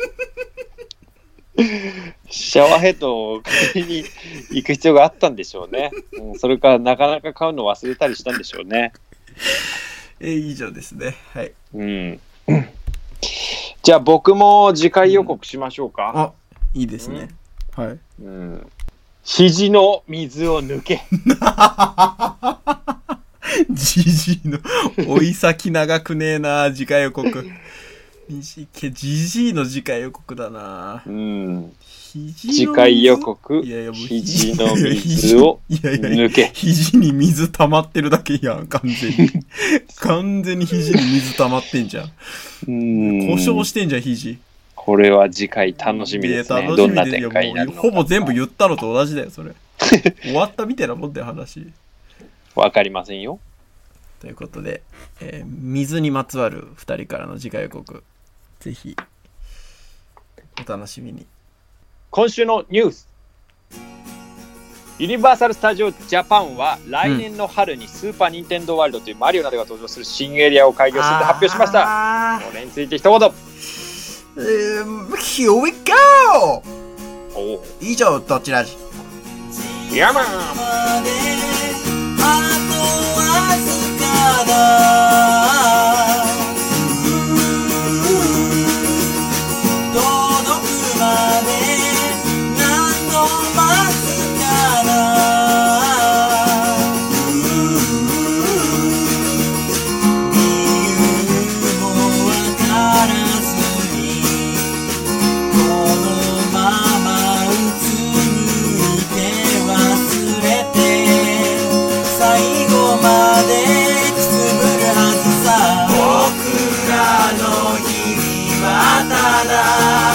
S2: シャワーヘッドを買いに行く必要があったんでしょうね。うんそれからなかなか買うの忘れたりしたんでしょうね。
S1: えー以上ですね。はい。
S2: うん。じゃあ僕も次回予告しましょうか。
S1: あ、いいですね。はい。
S2: うん、肘の水を抜け。
S1: じじいの、追い先長くねえな次回予告。短いじじいの次回予告だな
S2: うん、
S1: 肘の水
S2: 次回予告、
S1: いやいやもう
S2: 肘の水を
S1: いやいやいや、
S2: 抜け。
S1: 肘に水溜まってるだけやん、完 全に。完全に肘に水溜まってんじゃん。故
S2: 故
S1: 障してんじゃん、肘。
S2: これは次回楽しみです
S1: い
S2: ね。
S1: や
S2: どんな展開に
S1: い
S2: な
S1: や
S2: る
S1: もう
S2: の
S1: ほ
S2: か。
S1: ぼ全部言ったのと同じだよ、 それ。終わったみたいなもんだよ、話。
S2: わかりませんよ。
S1: ということで、えー水にまつわる2人からの次回予告ぜひお楽しみに
S2: 今週のニュース。ユニバーサル・スタジオ・ジャパンは来年の春にスーパー・ニンテンドー・ワールドというマリオなどが登場する新エリアを開業すると発表しました。
S1: た
S2: これについて一言。
S1: Here we go!
S2: おう
S1: 以上どちらじ
S2: やまん
S3: あとわずかだうー届くまで何度待つかなうー理由もわからずにこのままうつむいて忘れて最後までくすぶるはずさ僕らの日々はただ